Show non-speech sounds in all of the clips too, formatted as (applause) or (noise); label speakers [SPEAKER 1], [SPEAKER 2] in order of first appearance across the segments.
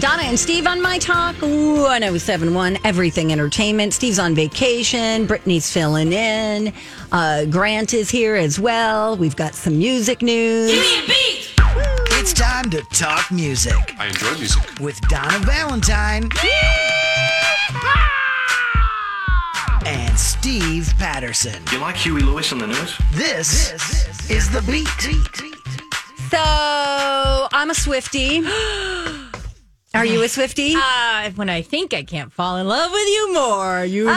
[SPEAKER 1] Donna and Steve on My Talk. Ooh, I know seven one Everything Entertainment. Steve's on vacation. Brittany's filling in. Uh, Grant is here as well. We've got some music news.
[SPEAKER 2] It's time to talk music
[SPEAKER 3] I enjoy music.
[SPEAKER 2] with Donna Valentine and Steve Patterson.
[SPEAKER 4] You like Huey Lewis on the news?
[SPEAKER 2] This is the beat.
[SPEAKER 1] So I'm a Swifty.
[SPEAKER 5] (gasps)
[SPEAKER 1] Are you a Swifty?
[SPEAKER 5] Uh, when I think I can't fall in love with you more, you go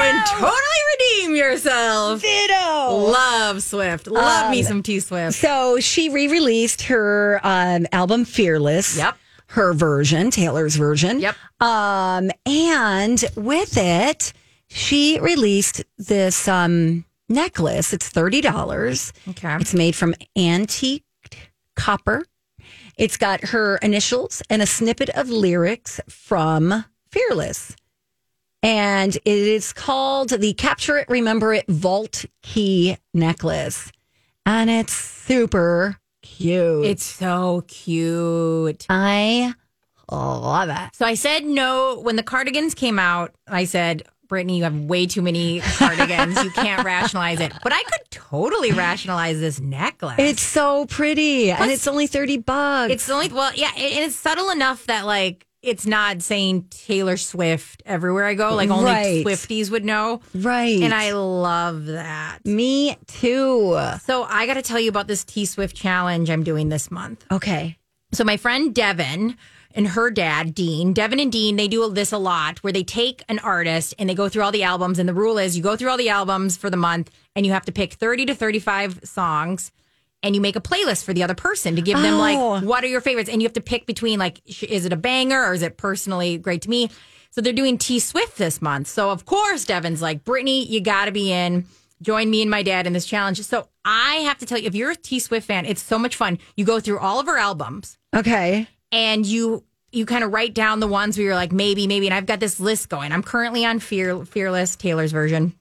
[SPEAKER 5] and totally redeem yourself.
[SPEAKER 1] Ditto.
[SPEAKER 5] Love Swift. Love me some T Swift.
[SPEAKER 1] So she re-released her um, album Fearless.
[SPEAKER 5] Yep.
[SPEAKER 1] Her version, Taylor's version.
[SPEAKER 5] Yep.
[SPEAKER 1] Um, and with it, she released this um necklace. It's thirty dollars.
[SPEAKER 5] Okay.
[SPEAKER 1] It's made from antique copper. It's got her initials and a snippet of lyrics from Fearless. And it is called the Capture It, Remember It Vault Key Necklace. And it's super cute.
[SPEAKER 5] It's so cute.
[SPEAKER 1] I love it.
[SPEAKER 5] So I said no when the cardigans came out. I said, Brittany, you have way too many cardigans.
[SPEAKER 1] (laughs)
[SPEAKER 5] you can't rationalize it. But I could totally rationalize this necklace.
[SPEAKER 1] It's so pretty. and it's only 30 bucks.
[SPEAKER 5] It's the only well, yeah, and and it's subtle enough that like it's not saying Taylor Swift everywhere I go. Like only
[SPEAKER 1] Right.
[SPEAKER 5] Swifties would know,
[SPEAKER 1] right.
[SPEAKER 5] and I love that.
[SPEAKER 1] me too.
[SPEAKER 5] So I got to tell you about this T Swift challenge I'm doing this month.
[SPEAKER 1] Okay.
[SPEAKER 5] So my friend Devin and her dad Dean, Devin and Dean, they do this a lot where they take an artist and they go through all the albums. And the rule is you go through all the albums for the month and you have to pick 30 to 35 songs and you make a playlist for the other person to give them
[SPEAKER 1] Oh.
[SPEAKER 5] like what are your favorites and you have to pick between like sh- is it a banger or is it personally great to me. So they're doing T Swift this month. So of course Devin's like, "Brittany, you got to be in. Join me and my dad in this challenge." So I have to tell you if you're a T Swift fan, it's so much fun. You go through all of her albums
[SPEAKER 1] Okay.
[SPEAKER 5] and you you kind of write down the ones where you're like maybe maybe and i've got this list going i'm currently on Fear, fearless taylor's version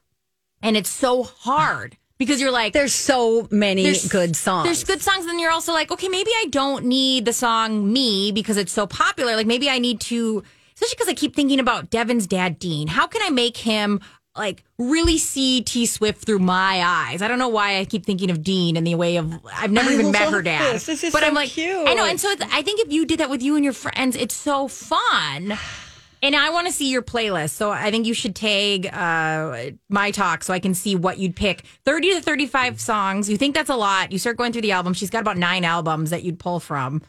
[SPEAKER 5] and it's so hard because you're like
[SPEAKER 1] There's so many
[SPEAKER 5] there's-
[SPEAKER 1] good songs.
[SPEAKER 5] There's good songs, and then you're also like, okay, maybe I don't need the song "Me" because it's so popular. Like maybe I need to, especially because I keep thinking about Devin's dad, Dean. How can I make him like really see T Swift through my eyes? I don't know why I keep thinking of Dean in the way of I've never
[SPEAKER 1] I
[SPEAKER 5] even met
[SPEAKER 1] love
[SPEAKER 5] her dad.
[SPEAKER 1] this. This is
[SPEAKER 5] but
[SPEAKER 1] so
[SPEAKER 5] I'm like,
[SPEAKER 1] cute.
[SPEAKER 5] I know, and so it's, I think if you did that with you and your friends, it's so fun. And I want to see your playlist. So I think you should tag uh, my talk so I can see what you'd pick. 30 to 35 songs. You think that's a lot. You start going through the album. She's got about nine albums that you'd pull from.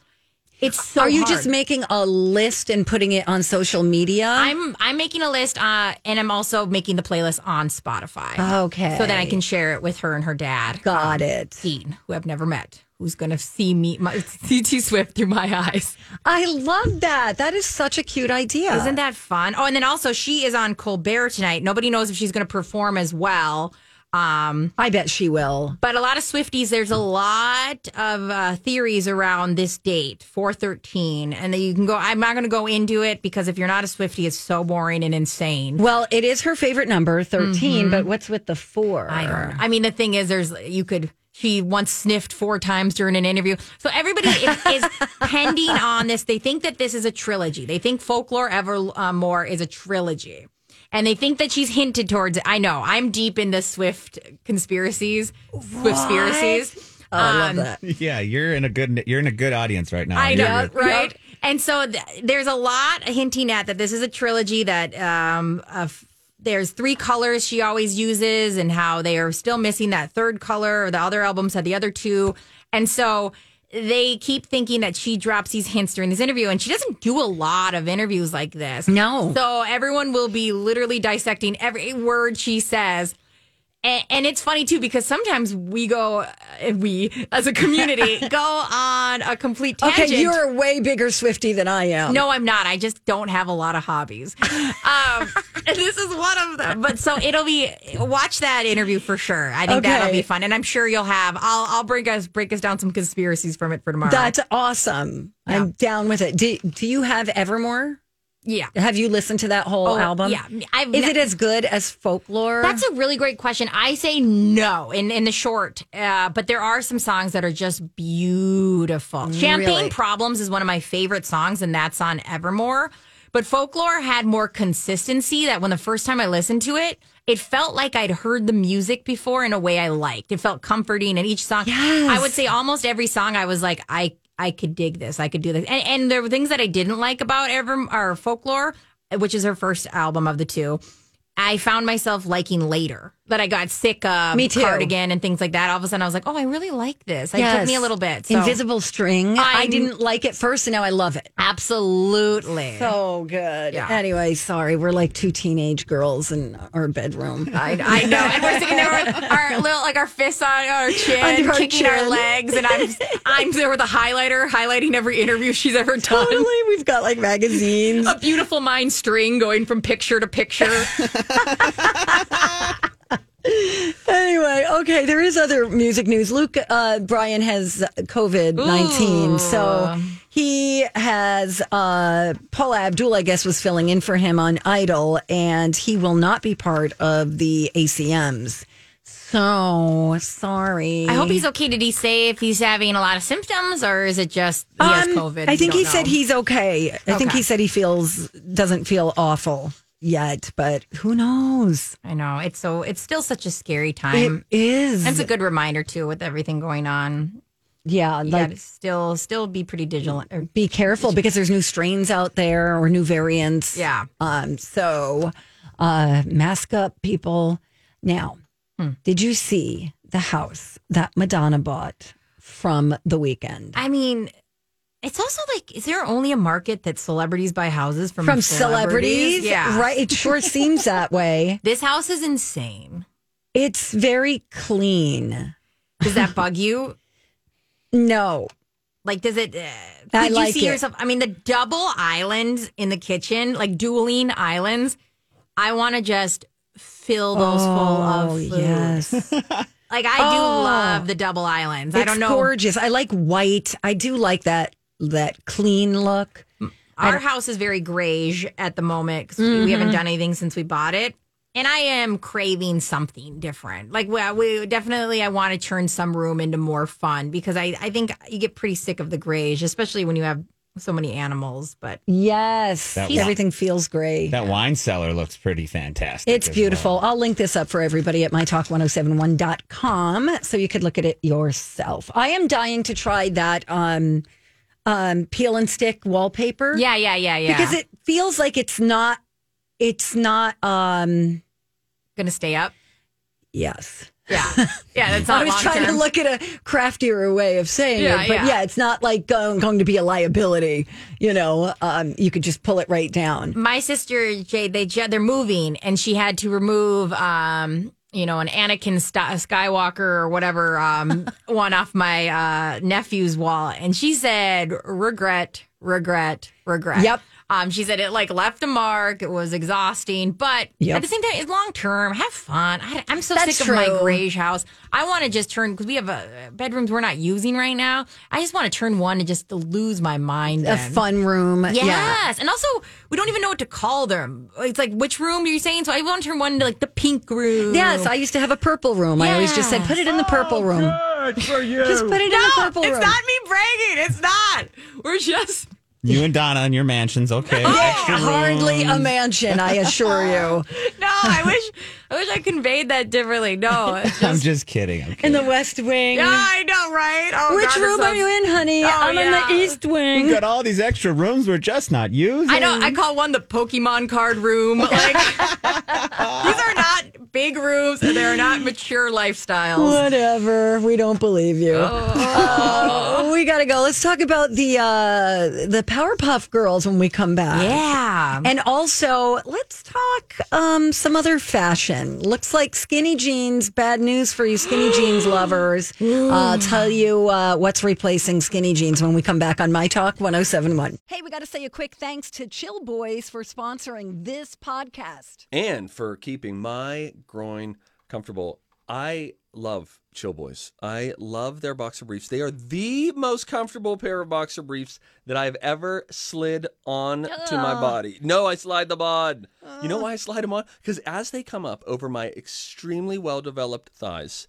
[SPEAKER 5] It's so
[SPEAKER 1] Are you
[SPEAKER 5] hard.
[SPEAKER 1] just making a list and putting it on social media?
[SPEAKER 5] I'm I'm making a list uh, and I'm also making the playlist on Spotify.
[SPEAKER 1] Okay.
[SPEAKER 5] So then I can share it with her and her dad,
[SPEAKER 1] Got it.
[SPEAKER 5] Dean, who I've never met, who's going to see me my, (laughs) see T Swift through my eyes.
[SPEAKER 1] I love that. That is such a cute idea.
[SPEAKER 5] Isn't that fun? Oh, and then also she is on Colbert tonight. Nobody knows if she's going to perform as well. Um,
[SPEAKER 1] I bet she will.
[SPEAKER 5] but a lot of Swifties, there's a lot of uh, theories around this date, 413. And then you can go, I'm not going to go into it because if you're not a Swiftie, it's so boring and insane.
[SPEAKER 1] Well, it is her favorite number, 13, but what's with the four?
[SPEAKER 5] Mm-hmm. I don't know. I mean, the thing is, there's, you could, she once sniffed four times during an interview. So everybody
[SPEAKER 1] (laughs)
[SPEAKER 5] is, is pending on this. They think that this is a trilogy. They think Folklore Evermore is a trilogy. And they think that she's hinted towards it. I know. I'm deep in the Swift conspiracies, Um, Swiftspiracies.
[SPEAKER 1] Oh, I love that.
[SPEAKER 6] Yeah, you're in a good you're in a good audience right now.
[SPEAKER 5] I
[SPEAKER 6] You're
[SPEAKER 5] know,
[SPEAKER 6] good.
[SPEAKER 5] right? And so th- there's a lot hinting at that this is a trilogy that um, of, there's three colors she always uses, and how they are still missing that third color. Or the other albums had the other two, and so they keep thinking that she drops these hints during this interview, and she doesn't do a lot of interviews like this.
[SPEAKER 1] No.
[SPEAKER 5] so everyone will be literally dissecting every word she says. And, and it's funny too because sometimes we go, uh, we as a community
[SPEAKER 1] (laughs)
[SPEAKER 5] go on a complete
[SPEAKER 1] Okay,
[SPEAKER 5] tangent.
[SPEAKER 1] you're a way bigger Swifty than I am.
[SPEAKER 5] No, I'm not. I just don't have a lot of hobbies. Um, and (laughs) this is one of them. But so it'll be watch that interview for sure. I think that'll
[SPEAKER 1] Okay.
[SPEAKER 5] be fun, and I'm sure you'll have. I'll I'll break us break us down some conspiracies from it for tomorrow.
[SPEAKER 1] That's awesome. I'm down with it. Do, do you have Evermore?
[SPEAKER 5] yeah.
[SPEAKER 1] Have you listened to that whole
[SPEAKER 5] Oh,
[SPEAKER 1] album?
[SPEAKER 5] yeah. I've
[SPEAKER 1] Is
[SPEAKER 5] ne-
[SPEAKER 1] it as good as folklore?
[SPEAKER 5] That's a really great question. I say no in, in the short, uh, but there are some songs that are just beautiful. Champagne Problems is one of my favorite songs, and that's on Evermore. But Folklore had more consistency that when the first time I listened to it, it felt like I'd heard the music before in a way I liked. It felt comforting, and each song, I would say almost every song, I was like, I I could dig this, I could do this. And, and there were things that I didn't like about Ever or Folklore, which is her first album of the two. I found myself liking later that I got sick of
[SPEAKER 1] Me too.
[SPEAKER 5] cardigan and things like that. All of a sudden, I was like, "Oh, I really like this." It took me a little bit. So.
[SPEAKER 1] Invisible String. I,
[SPEAKER 5] I-
[SPEAKER 1] didn't like it first, and now I love it.
[SPEAKER 5] absolutely.
[SPEAKER 1] So good.
[SPEAKER 5] Yeah.
[SPEAKER 1] Anyway, sorry, we're like two teenage girls in our bedroom.
[SPEAKER 5] (laughs) I, I know. And
[SPEAKER 1] (laughs)
[SPEAKER 5] we're sitting there (laughs) with our little, like our fists on our chin,
[SPEAKER 1] Under our
[SPEAKER 5] kicking our
[SPEAKER 1] chin.
[SPEAKER 5] legs, and I'm I'm there with a highlighter, highlighting every interview she's ever done.
[SPEAKER 1] Totally, we've got like magazines.
[SPEAKER 5] A beautiful mind string going from picture to picture.
[SPEAKER 1] Anyway, okay, there is other music news. Luke uh, Bryan has COVID 19. So he has, uh, Paula Abdul, I guess, was filling in for him on Idol, and he will not be part of the ACMs. So sorry.
[SPEAKER 5] (laughs) I hope he's okay. Did he say if he's having a lot of symptoms or is it just he has
[SPEAKER 1] Um,
[SPEAKER 5] COVID?
[SPEAKER 1] I
[SPEAKER 5] We
[SPEAKER 1] think
[SPEAKER 5] don't
[SPEAKER 1] he said
[SPEAKER 5] know.
[SPEAKER 1] he's okay. I think
[SPEAKER 5] Okay.
[SPEAKER 1] he said he feels, doesn't feel awful yet, but who knows?
[SPEAKER 5] I know it's so. It's still such a scary
[SPEAKER 1] It
[SPEAKER 5] time.
[SPEAKER 1] is.
[SPEAKER 5] That's a good reminder too, with everything going on.
[SPEAKER 1] yeah,
[SPEAKER 5] You
[SPEAKER 1] like
[SPEAKER 5] gotta still, still be pretty vigilant. or-
[SPEAKER 1] be careful because there's new strains out there or new variants.
[SPEAKER 5] Yeah.
[SPEAKER 1] Um, so uh, mask up, people. Now,
[SPEAKER 5] Hmm.
[SPEAKER 1] did you see the house that Madonna bought from the weekend?
[SPEAKER 5] I mean, it's also like, is there only a market that celebrities buy houses from?
[SPEAKER 1] From celebrities?
[SPEAKER 5] yeah.
[SPEAKER 1] Right. It sure seems that
[SPEAKER 5] (laughs)
[SPEAKER 1] way.
[SPEAKER 5] This house is insane.
[SPEAKER 1] It's very clean.
[SPEAKER 5] Does that bug you?
[SPEAKER 1] (laughs) No.
[SPEAKER 5] Like, does it? Uh, could
[SPEAKER 1] I
[SPEAKER 5] you
[SPEAKER 1] like
[SPEAKER 5] see
[SPEAKER 1] it.
[SPEAKER 5] yourself? I mean, the double islands in the kitchen, like dueling islands. I want to just fill those full of
[SPEAKER 1] Oh,
[SPEAKER 5] food.
[SPEAKER 1] yes.
[SPEAKER 5] Like, I do
[SPEAKER 1] Oh.
[SPEAKER 5] love the double islands. I
[SPEAKER 1] It's
[SPEAKER 5] don't know.
[SPEAKER 1] gorgeous. I like white. I do like that that clean look.
[SPEAKER 5] Our house is very grayish at the moment because we haven't done anything since we bought it. And I am craving something different. Like, well, we definitely, I want to turn some room into more fun because I, I think you get pretty sick of the grayish, especially when you have so many animals. But
[SPEAKER 1] Yes.
[SPEAKER 3] That wa-
[SPEAKER 1] Everything feels great.
[SPEAKER 3] That wine cellar looks pretty fantastic.
[SPEAKER 1] It's
[SPEAKER 3] as
[SPEAKER 1] beautiful.
[SPEAKER 3] well.
[SPEAKER 1] I'll link this up for everybody at mytalk1071.com so you could look at it yourself. I am dying to try that um, um, peel and stick wallpaper.
[SPEAKER 5] yeah, yeah, yeah, yeah.
[SPEAKER 1] Because it feels like it's not, it's not, um,
[SPEAKER 5] gonna stay up.
[SPEAKER 1] yes.
[SPEAKER 5] (laughs) Yeah, yeah. That's
[SPEAKER 1] I
[SPEAKER 5] not
[SPEAKER 1] was
[SPEAKER 5] long
[SPEAKER 1] trying
[SPEAKER 5] term.
[SPEAKER 1] to look at a craftier way of saying
[SPEAKER 5] Yeah,
[SPEAKER 1] it, but yeah.
[SPEAKER 5] yeah.
[SPEAKER 1] it's not like going, going to be a liability. You know, um, you could just pull it right down.
[SPEAKER 5] my sister Jade, they ju- they're moving, and she had to remove, um, you know, an Anakin Sta- Skywalker or whatever
[SPEAKER 1] (laughs)
[SPEAKER 5] um, one off my uh, nephew's wall, and she said, "Regret, regret, regret."
[SPEAKER 1] Yep.
[SPEAKER 5] Um, she said it like left a mark. It was exhausting, but
[SPEAKER 1] Yep.
[SPEAKER 5] at the same time, it's long term. Have fun. I, am so
[SPEAKER 1] That's
[SPEAKER 5] sick of my
[SPEAKER 1] true.
[SPEAKER 5] grayish house. I want to just turn because we have uh, bedrooms we're not using right now. I just want to turn one and just to lose my mind.
[SPEAKER 1] A
[SPEAKER 5] then.
[SPEAKER 1] fun room.
[SPEAKER 5] Yes.
[SPEAKER 1] Uh, Yeah.
[SPEAKER 5] And also, we don't even know what to call them. It's like, which room are you saying? So I want to turn one into like the pink room.
[SPEAKER 1] Yes, I used to have a purple room. I always just said,
[SPEAKER 5] Yes.
[SPEAKER 1] put it in the purple room. Just put it in the
[SPEAKER 5] Oh, No,
[SPEAKER 1] purple
[SPEAKER 5] it's
[SPEAKER 1] room.
[SPEAKER 5] not me bragging. It's not. We're just.
[SPEAKER 3] You and Donna in your mansions, okay?
[SPEAKER 5] Oh.
[SPEAKER 3] Extra room.
[SPEAKER 1] Hardly a mansion, I assure
[SPEAKER 5] (laughs)
[SPEAKER 1] you.
[SPEAKER 5] No, I wish. I wish I conveyed that differently. No. it's (laughs)
[SPEAKER 3] I'm
[SPEAKER 5] Just,
[SPEAKER 3] just kidding. I'm
[SPEAKER 1] In
[SPEAKER 3] kidding.
[SPEAKER 1] the West Wing.
[SPEAKER 5] yeah, I know. know, right? Oh,
[SPEAKER 1] Which
[SPEAKER 5] God,
[SPEAKER 1] room
[SPEAKER 5] that
[SPEAKER 1] are you in, honey?
[SPEAKER 5] Oh,
[SPEAKER 1] I'm in
[SPEAKER 5] yeah.
[SPEAKER 1] the East Wing.
[SPEAKER 3] We've got all these extra rooms we're just not using.
[SPEAKER 5] I know. I call one the Pokemon card room. Like (laughs) these are not big rooms, and they are not mature lifestyles.
[SPEAKER 1] Whatever. We don't believe you. Uh, (laughs) we gotta go. Let's talk about the uh, the Powerpuff Girls when we come back.
[SPEAKER 5] Yeah.
[SPEAKER 1] And also, let's talk um, some other fashion. Looks like skinny jeans. Bad news for you, (gasps) skinny jeans lovers. Uh, tell you uh, what's replacing skinny jeans when we come back on My Talk 1071. Hey, we got to say a quick thanks to Chill Boys for sponsoring this podcast.
[SPEAKER 4] and for keeping my groin comfortable. I love Chill Boys. I love their boxer briefs. They are the most comfortable pair of boxer briefs that I've ever slid on to my body. No, I slide them on. You know why I slide them on? Because as they come up over my extremely well developed thighs,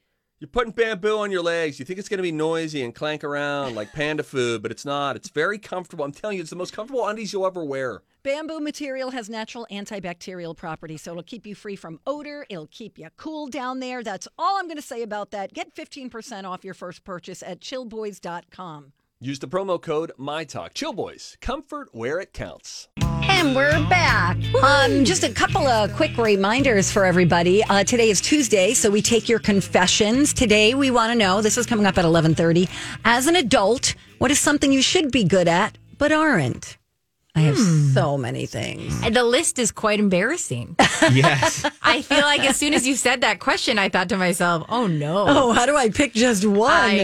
[SPEAKER 4] You're putting bamboo on your legs. You think it's going to be noisy and clank around like panda food, but it's not. It's very comfortable. I'm telling you, it's the most comfortable undies you'll ever wear.
[SPEAKER 1] Bamboo material has natural antibacterial properties, so it'll keep you free from odor. It'll keep you cool down there. That's all I'm going to say about that. Get 15% off your first purchase at chillboys.com.
[SPEAKER 4] Use the promo code MyTalk. Chill Boys, comfort where it counts.
[SPEAKER 1] And we're back. Um, just a couple of quick reminders for everybody. Uh, today is Tuesday, so we take your confessions. Today we want to know, this is coming up at 1130, as an adult, what is something you should be good at but aren't? I have
[SPEAKER 5] Hmm.
[SPEAKER 1] so many things.
[SPEAKER 5] And the list is quite embarrassing.
[SPEAKER 3] (laughs) Yes.
[SPEAKER 5] I feel like as soon as you said that question, I thought to myself, "Oh no,
[SPEAKER 1] Oh, how do I pick just one?
[SPEAKER 5] I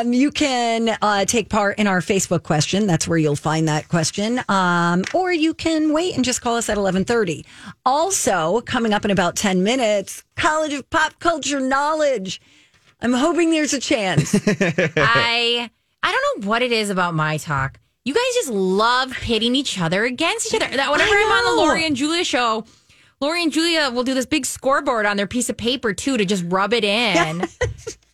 [SPEAKER 1] (laughs) Um, you can uh, take part in our Facebook question. That's where you'll find that question. Um, or you can wait and just call us at 1130. Also, coming up in about 10 minutes, College of Pop Culture Knowledge. I'm hoping there's a
[SPEAKER 5] (laughs)
[SPEAKER 1] chance.
[SPEAKER 5] I I don't know what it is about my talk. You guys just love pitting each other against each other. That whenever
[SPEAKER 1] I
[SPEAKER 5] I'm on the
[SPEAKER 1] know.
[SPEAKER 5] Lori and Julia show, Lori and Julia will do this big scoreboard on their piece of paper too to just rub it in. (laughs)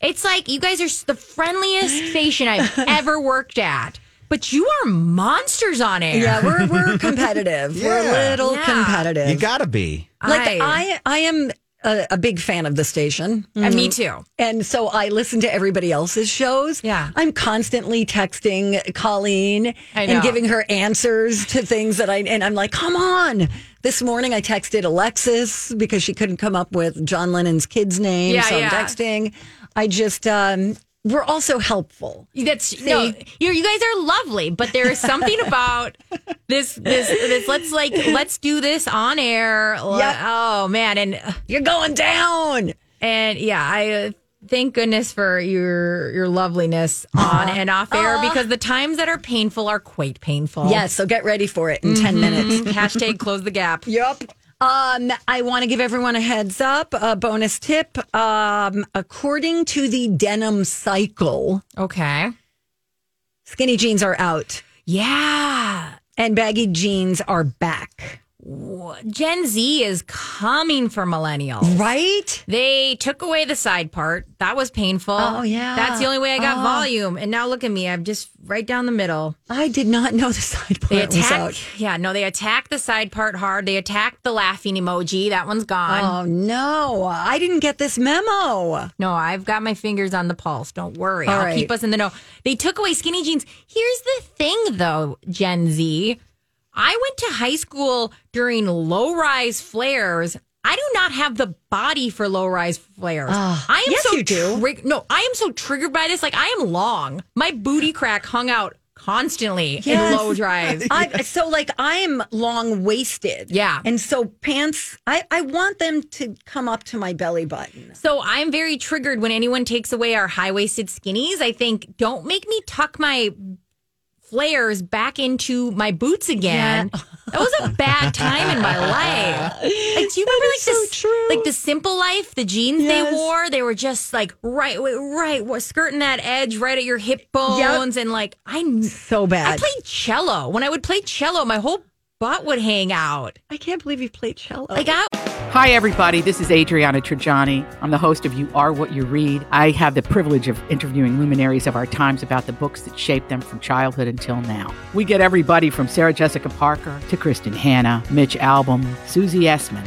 [SPEAKER 5] it's like you guys are s- the friendliest
[SPEAKER 1] (laughs)
[SPEAKER 5] station I've ever worked at, but you are monsters on air.
[SPEAKER 1] yeah, we're, we're competitive. We're a
[SPEAKER 3] Yeah.
[SPEAKER 1] little
[SPEAKER 5] Yeah.
[SPEAKER 1] competitive.
[SPEAKER 3] you gotta be.
[SPEAKER 1] like,
[SPEAKER 5] I-
[SPEAKER 1] I, I am a, a big fan of the station.
[SPEAKER 5] and Uh, me too.
[SPEAKER 1] And so I listen to everybody else's shows.
[SPEAKER 5] Yeah.
[SPEAKER 1] I'm constantly texting Colleen
[SPEAKER 5] I
[SPEAKER 1] and
[SPEAKER 5] know.
[SPEAKER 1] giving her answers to things that I, and I'm like, come on. This morning I texted Alexis because she couldn't come up with John Lennon's kid's name.
[SPEAKER 5] Yeah,
[SPEAKER 1] so
[SPEAKER 5] yeah.
[SPEAKER 1] I'm texting. I just, um, we're also helpful.
[SPEAKER 5] That's no, you you guys are lovely, but there
[SPEAKER 1] (laughs)
[SPEAKER 5] is something about this this this. Let's like let's do this on air. Le-
[SPEAKER 1] Yep.
[SPEAKER 5] Oh man, and
[SPEAKER 1] You're going down.
[SPEAKER 5] and yeah, I uh, thank goodness for your your loveliness on and off air because the times that are painful are quite painful.
[SPEAKER 1] Yes. So get ready for it in
[SPEAKER 5] Mm-hmm.
[SPEAKER 1] 10 minutes.
[SPEAKER 5] Hashtag close the gap.
[SPEAKER 1] Yep. Um, I want to give everyone a heads up, a bonus tip. Um, according to the denim cycle,
[SPEAKER 5] Okay.
[SPEAKER 1] skinny jeans are out.
[SPEAKER 5] Yeah.
[SPEAKER 1] and baggy jeans are back.
[SPEAKER 5] Gen Z is coming for millennials.
[SPEAKER 1] Right?
[SPEAKER 5] They took away the side part. That was painful.
[SPEAKER 1] Oh, yeah. Oh.
[SPEAKER 5] That's the only way I got volume. And now look at me. I'm just right down the middle.
[SPEAKER 1] I did not know the (laughs) side part
[SPEAKER 5] They
[SPEAKER 1] was
[SPEAKER 5] attack.
[SPEAKER 1] out.
[SPEAKER 5] Yeah, no, they attack the side part hard. They attack the laughing emoji. That one's gone.
[SPEAKER 1] Oh no, I didn't get this
[SPEAKER 5] (laughs)
[SPEAKER 1] memo.
[SPEAKER 5] No, I've got my fingers on the pulse. Don't worry.
[SPEAKER 1] All
[SPEAKER 5] I'll
[SPEAKER 1] right.
[SPEAKER 5] keep us in the know. They took away skinny jeans. Here's the thing though, Gen Z. I went to high school during low rise flares. I do not have the body for low rise flares. I am
[SPEAKER 1] yes,
[SPEAKER 5] so
[SPEAKER 1] you do.
[SPEAKER 5] trig- no, I am so triggered by this. Like I am long. My booty crack hung out constantly
[SPEAKER 1] Yes.
[SPEAKER 5] in low
[SPEAKER 1] (laughs)
[SPEAKER 5] rise.
[SPEAKER 1] I, so like I'm long waisted.
[SPEAKER 5] Yeah.
[SPEAKER 1] And so pants I, I want them to come up to my belly button.
[SPEAKER 5] So I'm very triggered when anyone takes away our high waisted skinnies. I think, don't make me tuck my flares (laughs) back into my boots again. That was a bad time in my life. Like, Do you remember like
[SPEAKER 3] is
[SPEAKER 5] this,
[SPEAKER 3] so true.
[SPEAKER 5] like the simple life, the jeans
[SPEAKER 3] Yes.
[SPEAKER 5] they wore? They were just like right, right, right, skirting that edge right at your hip bones, and like I,
[SPEAKER 1] So bad.
[SPEAKER 5] I played cello. When I would play cello, my whole butt would hang out.
[SPEAKER 1] I can't believe you played cello.
[SPEAKER 5] Like I,
[SPEAKER 6] Hi, everybody. This is Adriana Trajani. I'm the host of You Are What You Read. I have the privilege of interviewing luminaries of our times about the books that shaped them from childhood until now. We get everybody from Sarah Jessica Parker to Kristen Hanna, Mitch Albom, Susie Essman,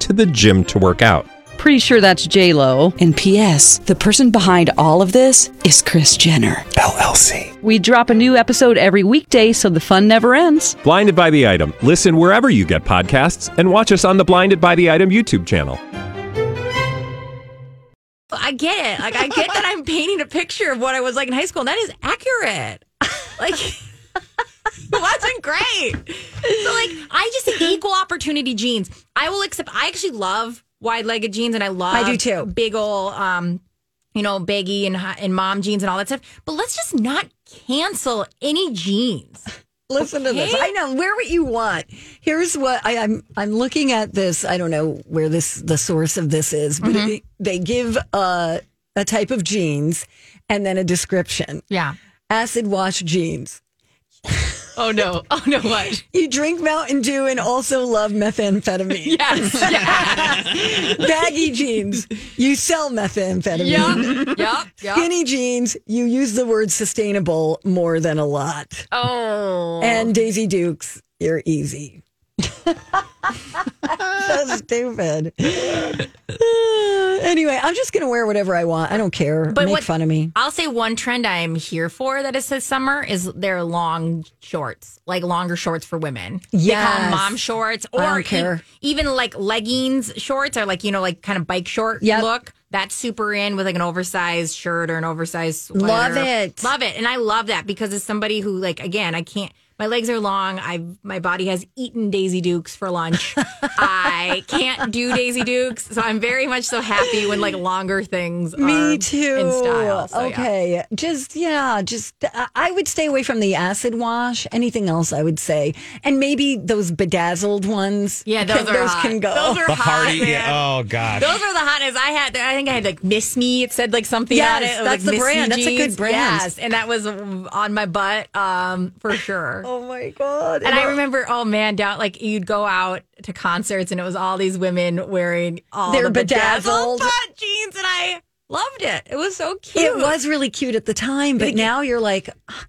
[SPEAKER 7] to the gym to work out.
[SPEAKER 8] Pretty sure that's J Lo.
[SPEAKER 9] And P.S. The person behind all of this is Chris Jenner.
[SPEAKER 7] LLC.
[SPEAKER 8] We drop a new episode every weekday, so the fun never ends.
[SPEAKER 7] Blinded by the item. Listen wherever you get podcasts, and watch us on the Blinded by the Item YouTube channel.
[SPEAKER 5] I get it. Like I get that I'm painting a picture of what I was like in high school. and That is accurate. (laughs) Like it wasn't great. So like I just equal opportunity jeans. I will accept I actually love wide legged jeans and I love
[SPEAKER 1] I do too.
[SPEAKER 5] big ol' um you know baggy and hi- and mom jeans and all that stuff. But let's just not cancel any jeans.
[SPEAKER 1] Listen to this.
[SPEAKER 5] Okay.
[SPEAKER 1] I know. Wear what you want. Here's what I, I'm. I'm looking at this. I don't know where this the source of this is, but it, they give uh, a type of jeans and then a description.
[SPEAKER 5] Yeah.
[SPEAKER 1] Acid wash jeans.
[SPEAKER 5] Oh no. Oh no what?
[SPEAKER 1] You drink Mountain Dew and also love
[SPEAKER 5] (laughs)
[SPEAKER 1] methamphetamine.
[SPEAKER 5] (laughs) Yes.
[SPEAKER 1] Baggy jeans. You sell methamphetamine.
[SPEAKER 5] Yep. Yep. Yep.
[SPEAKER 1] Skinny jeans. You use the word sustainable more than a lot.
[SPEAKER 5] Oh.
[SPEAKER 1] And Daisy Dukes, you're easy.
[SPEAKER 5] (laughs)
[SPEAKER 1] so stupid. (sighs) Uh, anyway, I'm just gonna wear whatever I want. I don't care. Make fun of me.
[SPEAKER 5] I'll say one trend I am here for that is this summer is their long shorts, like longer shorts for women. They call them
[SPEAKER 1] Yes.
[SPEAKER 5] mom shorts or
[SPEAKER 1] don't
[SPEAKER 5] e-
[SPEAKER 1] care.
[SPEAKER 5] even like leggings shorts are like, you know, like kind of bike short
[SPEAKER 1] Yep.
[SPEAKER 5] look. That's super in with like an oversized shirt or an oversized sweater.
[SPEAKER 1] Love it.
[SPEAKER 5] Love it. And I love that because as somebody who like again, I can't my legs are long. I my body has eaten Daisy Dukes for
[SPEAKER 1] (laughs)
[SPEAKER 5] lunch. I can't do Daisy Dukes, so I'm very much so happy when like longer things are
[SPEAKER 1] Me too.
[SPEAKER 5] in style. So, yeah.
[SPEAKER 1] okay, just yeah, just I- I would stay away from the acid wash. Anything else, I would say, and maybe those bedazzled ones.
[SPEAKER 5] Yeah, those are
[SPEAKER 1] those
[SPEAKER 5] hot.
[SPEAKER 1] can go.
[SPEAKER 5] Those are
[SPEAKER 3] The
[SPEAKER 5] hot.
[SPEAKER 3] Hardy.
[SPEAKER 5] man.
[SPEAKER 3] Yeah, oh, God.
[SPEAKER 5] Those are the hottest I had. I think I had like Miss Me. It said like something
[SPEAKER 1] Yes,
[SPEAKER 5] on it. It was,
[SPEAKER 1] that's
[SPEAKER 5] like,
[SPEAKER 1] the
[SPEAKER 5] Miss Me
[SPEAKER 1] brand. That's a good
[SPEAKER 5] jeans.
[SPEAKER 1] brand.
[SPEAKER 5] Yes, and that was on my butt um, for sure.
[SPEAKER 1] (laughs) oh my god!
[SPEAKER 5] And I remember, oh man, down like you'd go out to concerts, and it was all these women wearing all
[SPEAKER 1] They're
[SPEAKER 5] the
[SPEAKER 1] bedazzled.
[SPEAKER 5] bedazzled, butt jeans, and I loved it. It was so cute.
[SPEAKER 1] it was really cute at the time, but now you're like, "Ah,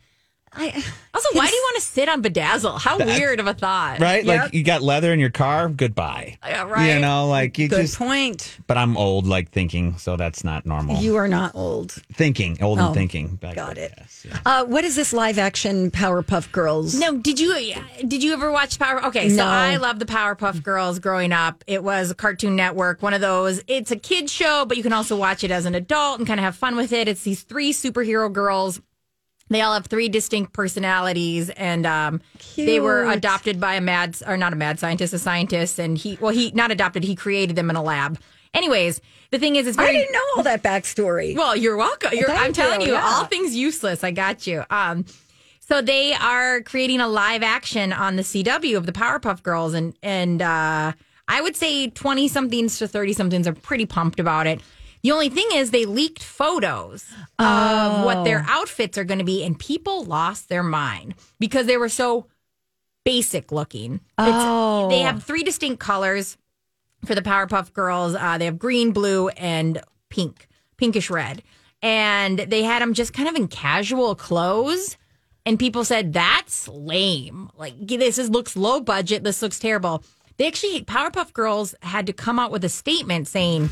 [SPEAKER 1] I.
[SPEAKER 5] Also, why do you want to sit on bedazzle? How weird of a thought,
[SPEAKER 3] Right?
[SPEAKER 1] Yep.
[SPEAKER 3] Like you got leather in your car, goodbye.
[SPEAKER 5] Yeah, right.
[SPEAKER 3] You know, like you
[SPEAKER 1] Good
[SPEAKER 3] just
[SPEAKER 1] point.
[SPEAKER 3] but I'm old like thinking, so that's not normal.
[SPEAKER 1] You are not old.
[SPEAKER 3] thinking, old
[SPEAKER 1] Oh,
[SPEAKER 3] and thinking. Back
[SPEAKER 1] Got
[SPEAKER 3] then,
[SPEAKER 1] it.
[SPEAKER 3] yes.
[SPEAKER 1] Uh, what is this live action Powerpuff Girls?
[SPEAKER 5] No, did you did you ever watch Power? Okay, so
[SPEAKER 1] No.
[SPEAKER 5] I love the Powerpuff Girls growing up. It was a Cartoon Network, one of those. It's a kid show, but you can also watch it as an adult and kind of have fun with it. It's these three superhero girls. They all have three distinct personalities, and um, they were
[SPEAKER 1] Cute.
[SPEAKER 5] adopted by a mad or not a mad scientist, a scientist, and he well he not adopted, he created them in a lab. Anyways, the thing is, it's
[SPEAKER 1] I
[SPEAKER 5] very
[SPEAKER 1] didn't know all that backstory.
[SPEAKER 5] well, you're welcome. You're,
[SPEAKER 1] Thank
[SPEAKER 5] I'm telling you,
[SPEAKER 1] you, yeah.
[SPEAKER 5] all things useless. I got you. Um, so they are creating a live action on the CW of the Powerpuff Girls, and and uh, I would say twenty somethings to thirty somethings are pretty pumped about it. The only thing is they leaked photos of what their
[SPEAKER 1] Oh.
[SPEAKER 5] outfits are going to be, and people lost their mind because they were so basic looking.
[SPEAKER 1] Oh.
[SPEAKER 5] They have three distinct colors for the Powerpuff Girls. Uh, they have green, blue, and pink, pinkish red. And they had them just kind of in casual clothes. And people said, that's lame. Like, this is, looks low budget. This looks terrible. They actually, Powerpuff Girls had to come out with a statement saying,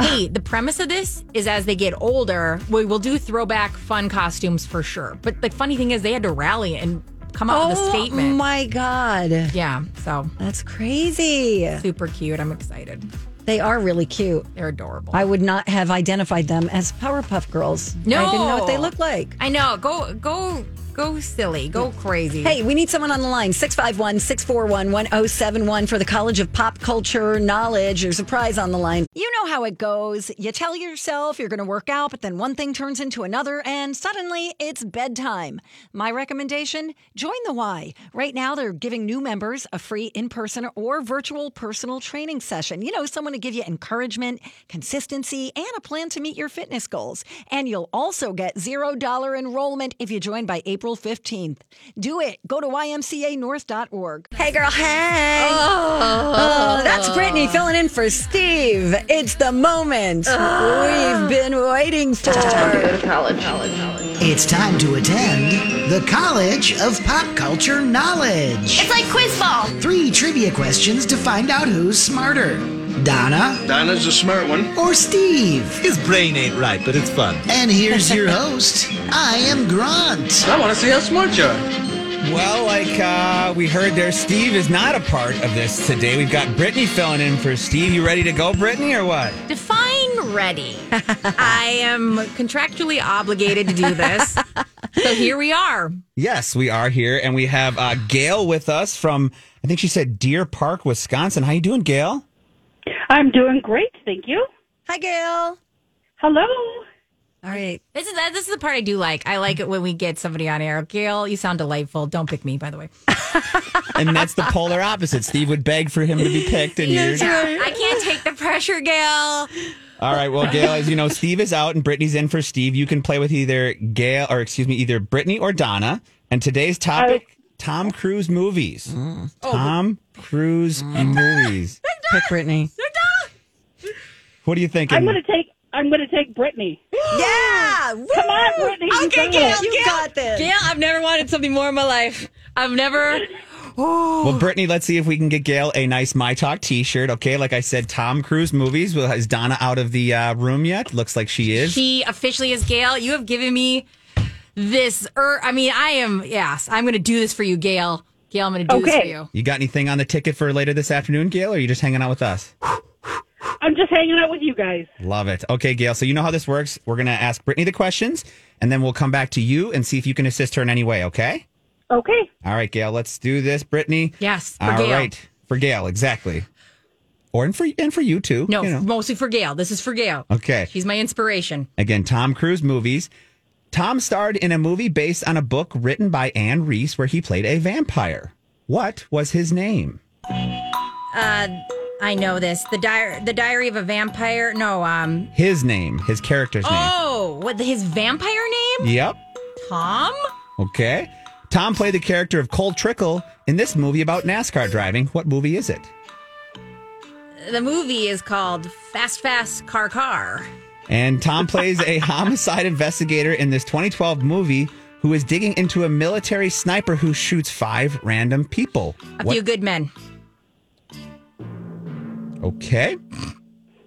[SPEAKER 5] hey, the premise of this is as they get older, we will do throwback fun costumes for sure. But the funny thing is, they had to rally and come up with a statement.
[SPEAKER 1] Oh my god.
[SPEAKER 5] Yeah, so
[SPEAKER 1] That's crazy.
[SPEAKER 5] super cute. I'm excited.
[SPEAKER 1] They are really cute.
[SPEAKER 5] They're adorable.
[SPEAKER 1] I would not have identified them as Powerpuff Girls.
[SPEAKER 5] No.
[SPEAKER 1] I didn't know what they looked like.
[SPEAKER 5] I know. Go go go silly. Go crazy.
[SPEAKER 1] Hey, we need someone on the line. 651 641 1071 for the College of Pop Culture Knowledge. There's a prize on the line. You know how it goes. You tell yourself you're going to work out, but then one thing turns into another, and suddenly it's bedtime. My recommendation join the Y. Right now, they're giving new members a free in person or virtual personal training session. You know, someone to give you encouragement, consistency, and a plan to meet your fitness goals. And you'll also get $0 enrollment if you join by April 15th. Do it. Go to ymcanorth.org. Hey, girl. Hey. Oh, that's Brittany filling in for Steve. It's the moment we've been waiting for.
[SPEAKER 2] It's time to attend the College of Pop Culture Knowledge.
[SPEAKER 10] It's like quiz ball.
[SPEAKER 2] Three trivia questions to find out who's smarter Donna
[SPEAKER 11] Dinah's a smart one.
[SPEAKER 2] or Steve.
[SPEAKER 12] His brain ain't right, but it's fun.
[SPEAKER 2] And
[SPEAKER 10] (laughs)
[SPEAKER 2] here's your host. I am Grant.
[SPEAKER 11] I want to see how smart you are.
[SPEAKER 3] Well, like uh, we heard there, Steve is not a part of this today. We've got Brittany filling in for Steve. You ready to go, Brittany, or what?
[SPEAKER 5] Define (laughs) ready. I am contractually obligated to (laughs) do this. so here we are.
[SPEAKER 3] Yes, we are here, and we have uh, Gail with us from I think she said Deer Park, Wisconsin. How you doing, Gail?
[SPEAKER 13] I'm doing great, thank you.
[SPEAKER 1] Hi, Gail.
[SPEAKER 13] Hello.
[SPEAKER 1] All right.
[SPEAKER 5] This is this is the part I do like. I like it when we get somebody on air. Gail, you sound delightful. Don't pick me, by the way.
[SPEAKER 3] And that's the polar opposite. Steve would beg for him to be
[SPEAKER 1] (laughs)
[SPEAKER 3] picked, and you're
[SPEAKER 5] I can't take the pressure, Gail.
[SPEAKER 3] All right, well, Gail, as you know, Steve is out and Brittany's in for Steve. You can play with either Gail or excuse me, either Brittany or Donna. And today's topic: Tom Cruise movies. Tom Cruise movies.
[SPEAKER 1] Pick Brittany.
[SPEAKER 3] What do you think?
[SPEAKER 13] I'm gonna take I'm gonna take Brittany.
[SPEAKER 1] Yeah.
[SPEAKER 13] Come on, Brittany. you
[SPEAKER 1] Okay,
[SPEAKER 13] got
[SPEAKER 1] Gail,
[SPEAKER 13] it.
[SPEAKER 1] you got this.
[SPEAKER 5] Gail, I've never wanted something more in my life. I've never.
[SPEAKER 3] Well, Brittany, let's see if we can get Gail a nice My Talk T-shirt. Okay, like I said, Tom Cruise movies. Well, is Donna out of the uh, room yet? Looks like she is.
[SPEAKER 5] She officially is Gail. You have given me this. Er, I mean, I am. Yes, I'm going to do this for you, Gail. Gail, I'm going to do this
[SPEAKER 13] Okay.
[SPEAKER 5] for you.
[SPEAKER 3] You got anything on the ticket for later this afternoon, Gail? Or are you just hanging out with us?
[SPEAKER 13] I'm just hanging out with you guys.
[SPEAKER 3] Love it. Okay, Gail. So you know how this works. We're gonna ask Brittany the questions, and then we'll come back to you and see if you can assist her in any way. Okay.
[SPEAKER 13] Okay.
[SPEAKER 3] All right, Gail. Let's do this, Brittany.
[SPEAKER 5] Yes, for
[SPEAKER 3] All right,
[SPEAKER 5] Gail.
[SPEAKER 3] for Gail, exactly. Or and for and for you too.
[SPEAKER 5] No,
[SPEAKER 3] you know.
[SPEAKER 5] mostly for Gail. This is for Gail.
[SPEAKER 3] Okay.
[SPEAKER 5] She's my inspiration.
[SPEAKER 3] Again, Tom Cruise movies. Tom starred in a movie based on a book written by Anne Reese where he played a vampire. What was his name?
[SPEAKER 5] I know this. The diary, the diary of a vampire. No, um.
[SPEAKER 3] His name, his character's
[SPEAKER 5] Oh, what his vampire name?
[SPEAKER 3] name. Yep.
[SPEAKER 5] Tom.
[SPEAKER 3] Okay. Tom played the character of Cole Trickle in this movie about NASCAR driving. What movie is it?
[SPEAKER 5] The movie is called Fast Fast Car Car.
[SPEAKER 3] And Tom
[SPEAKER 5] (laughs)
[SPEAKER 3] plays a homicide investigator in this 2012 movie who is digging into a military sniper who shoots five random people.
[SPEAKER 5] A
[SPEAKER 3] What-
[SPEAKER 5] few good men.
[SPEAKER 3] Okay.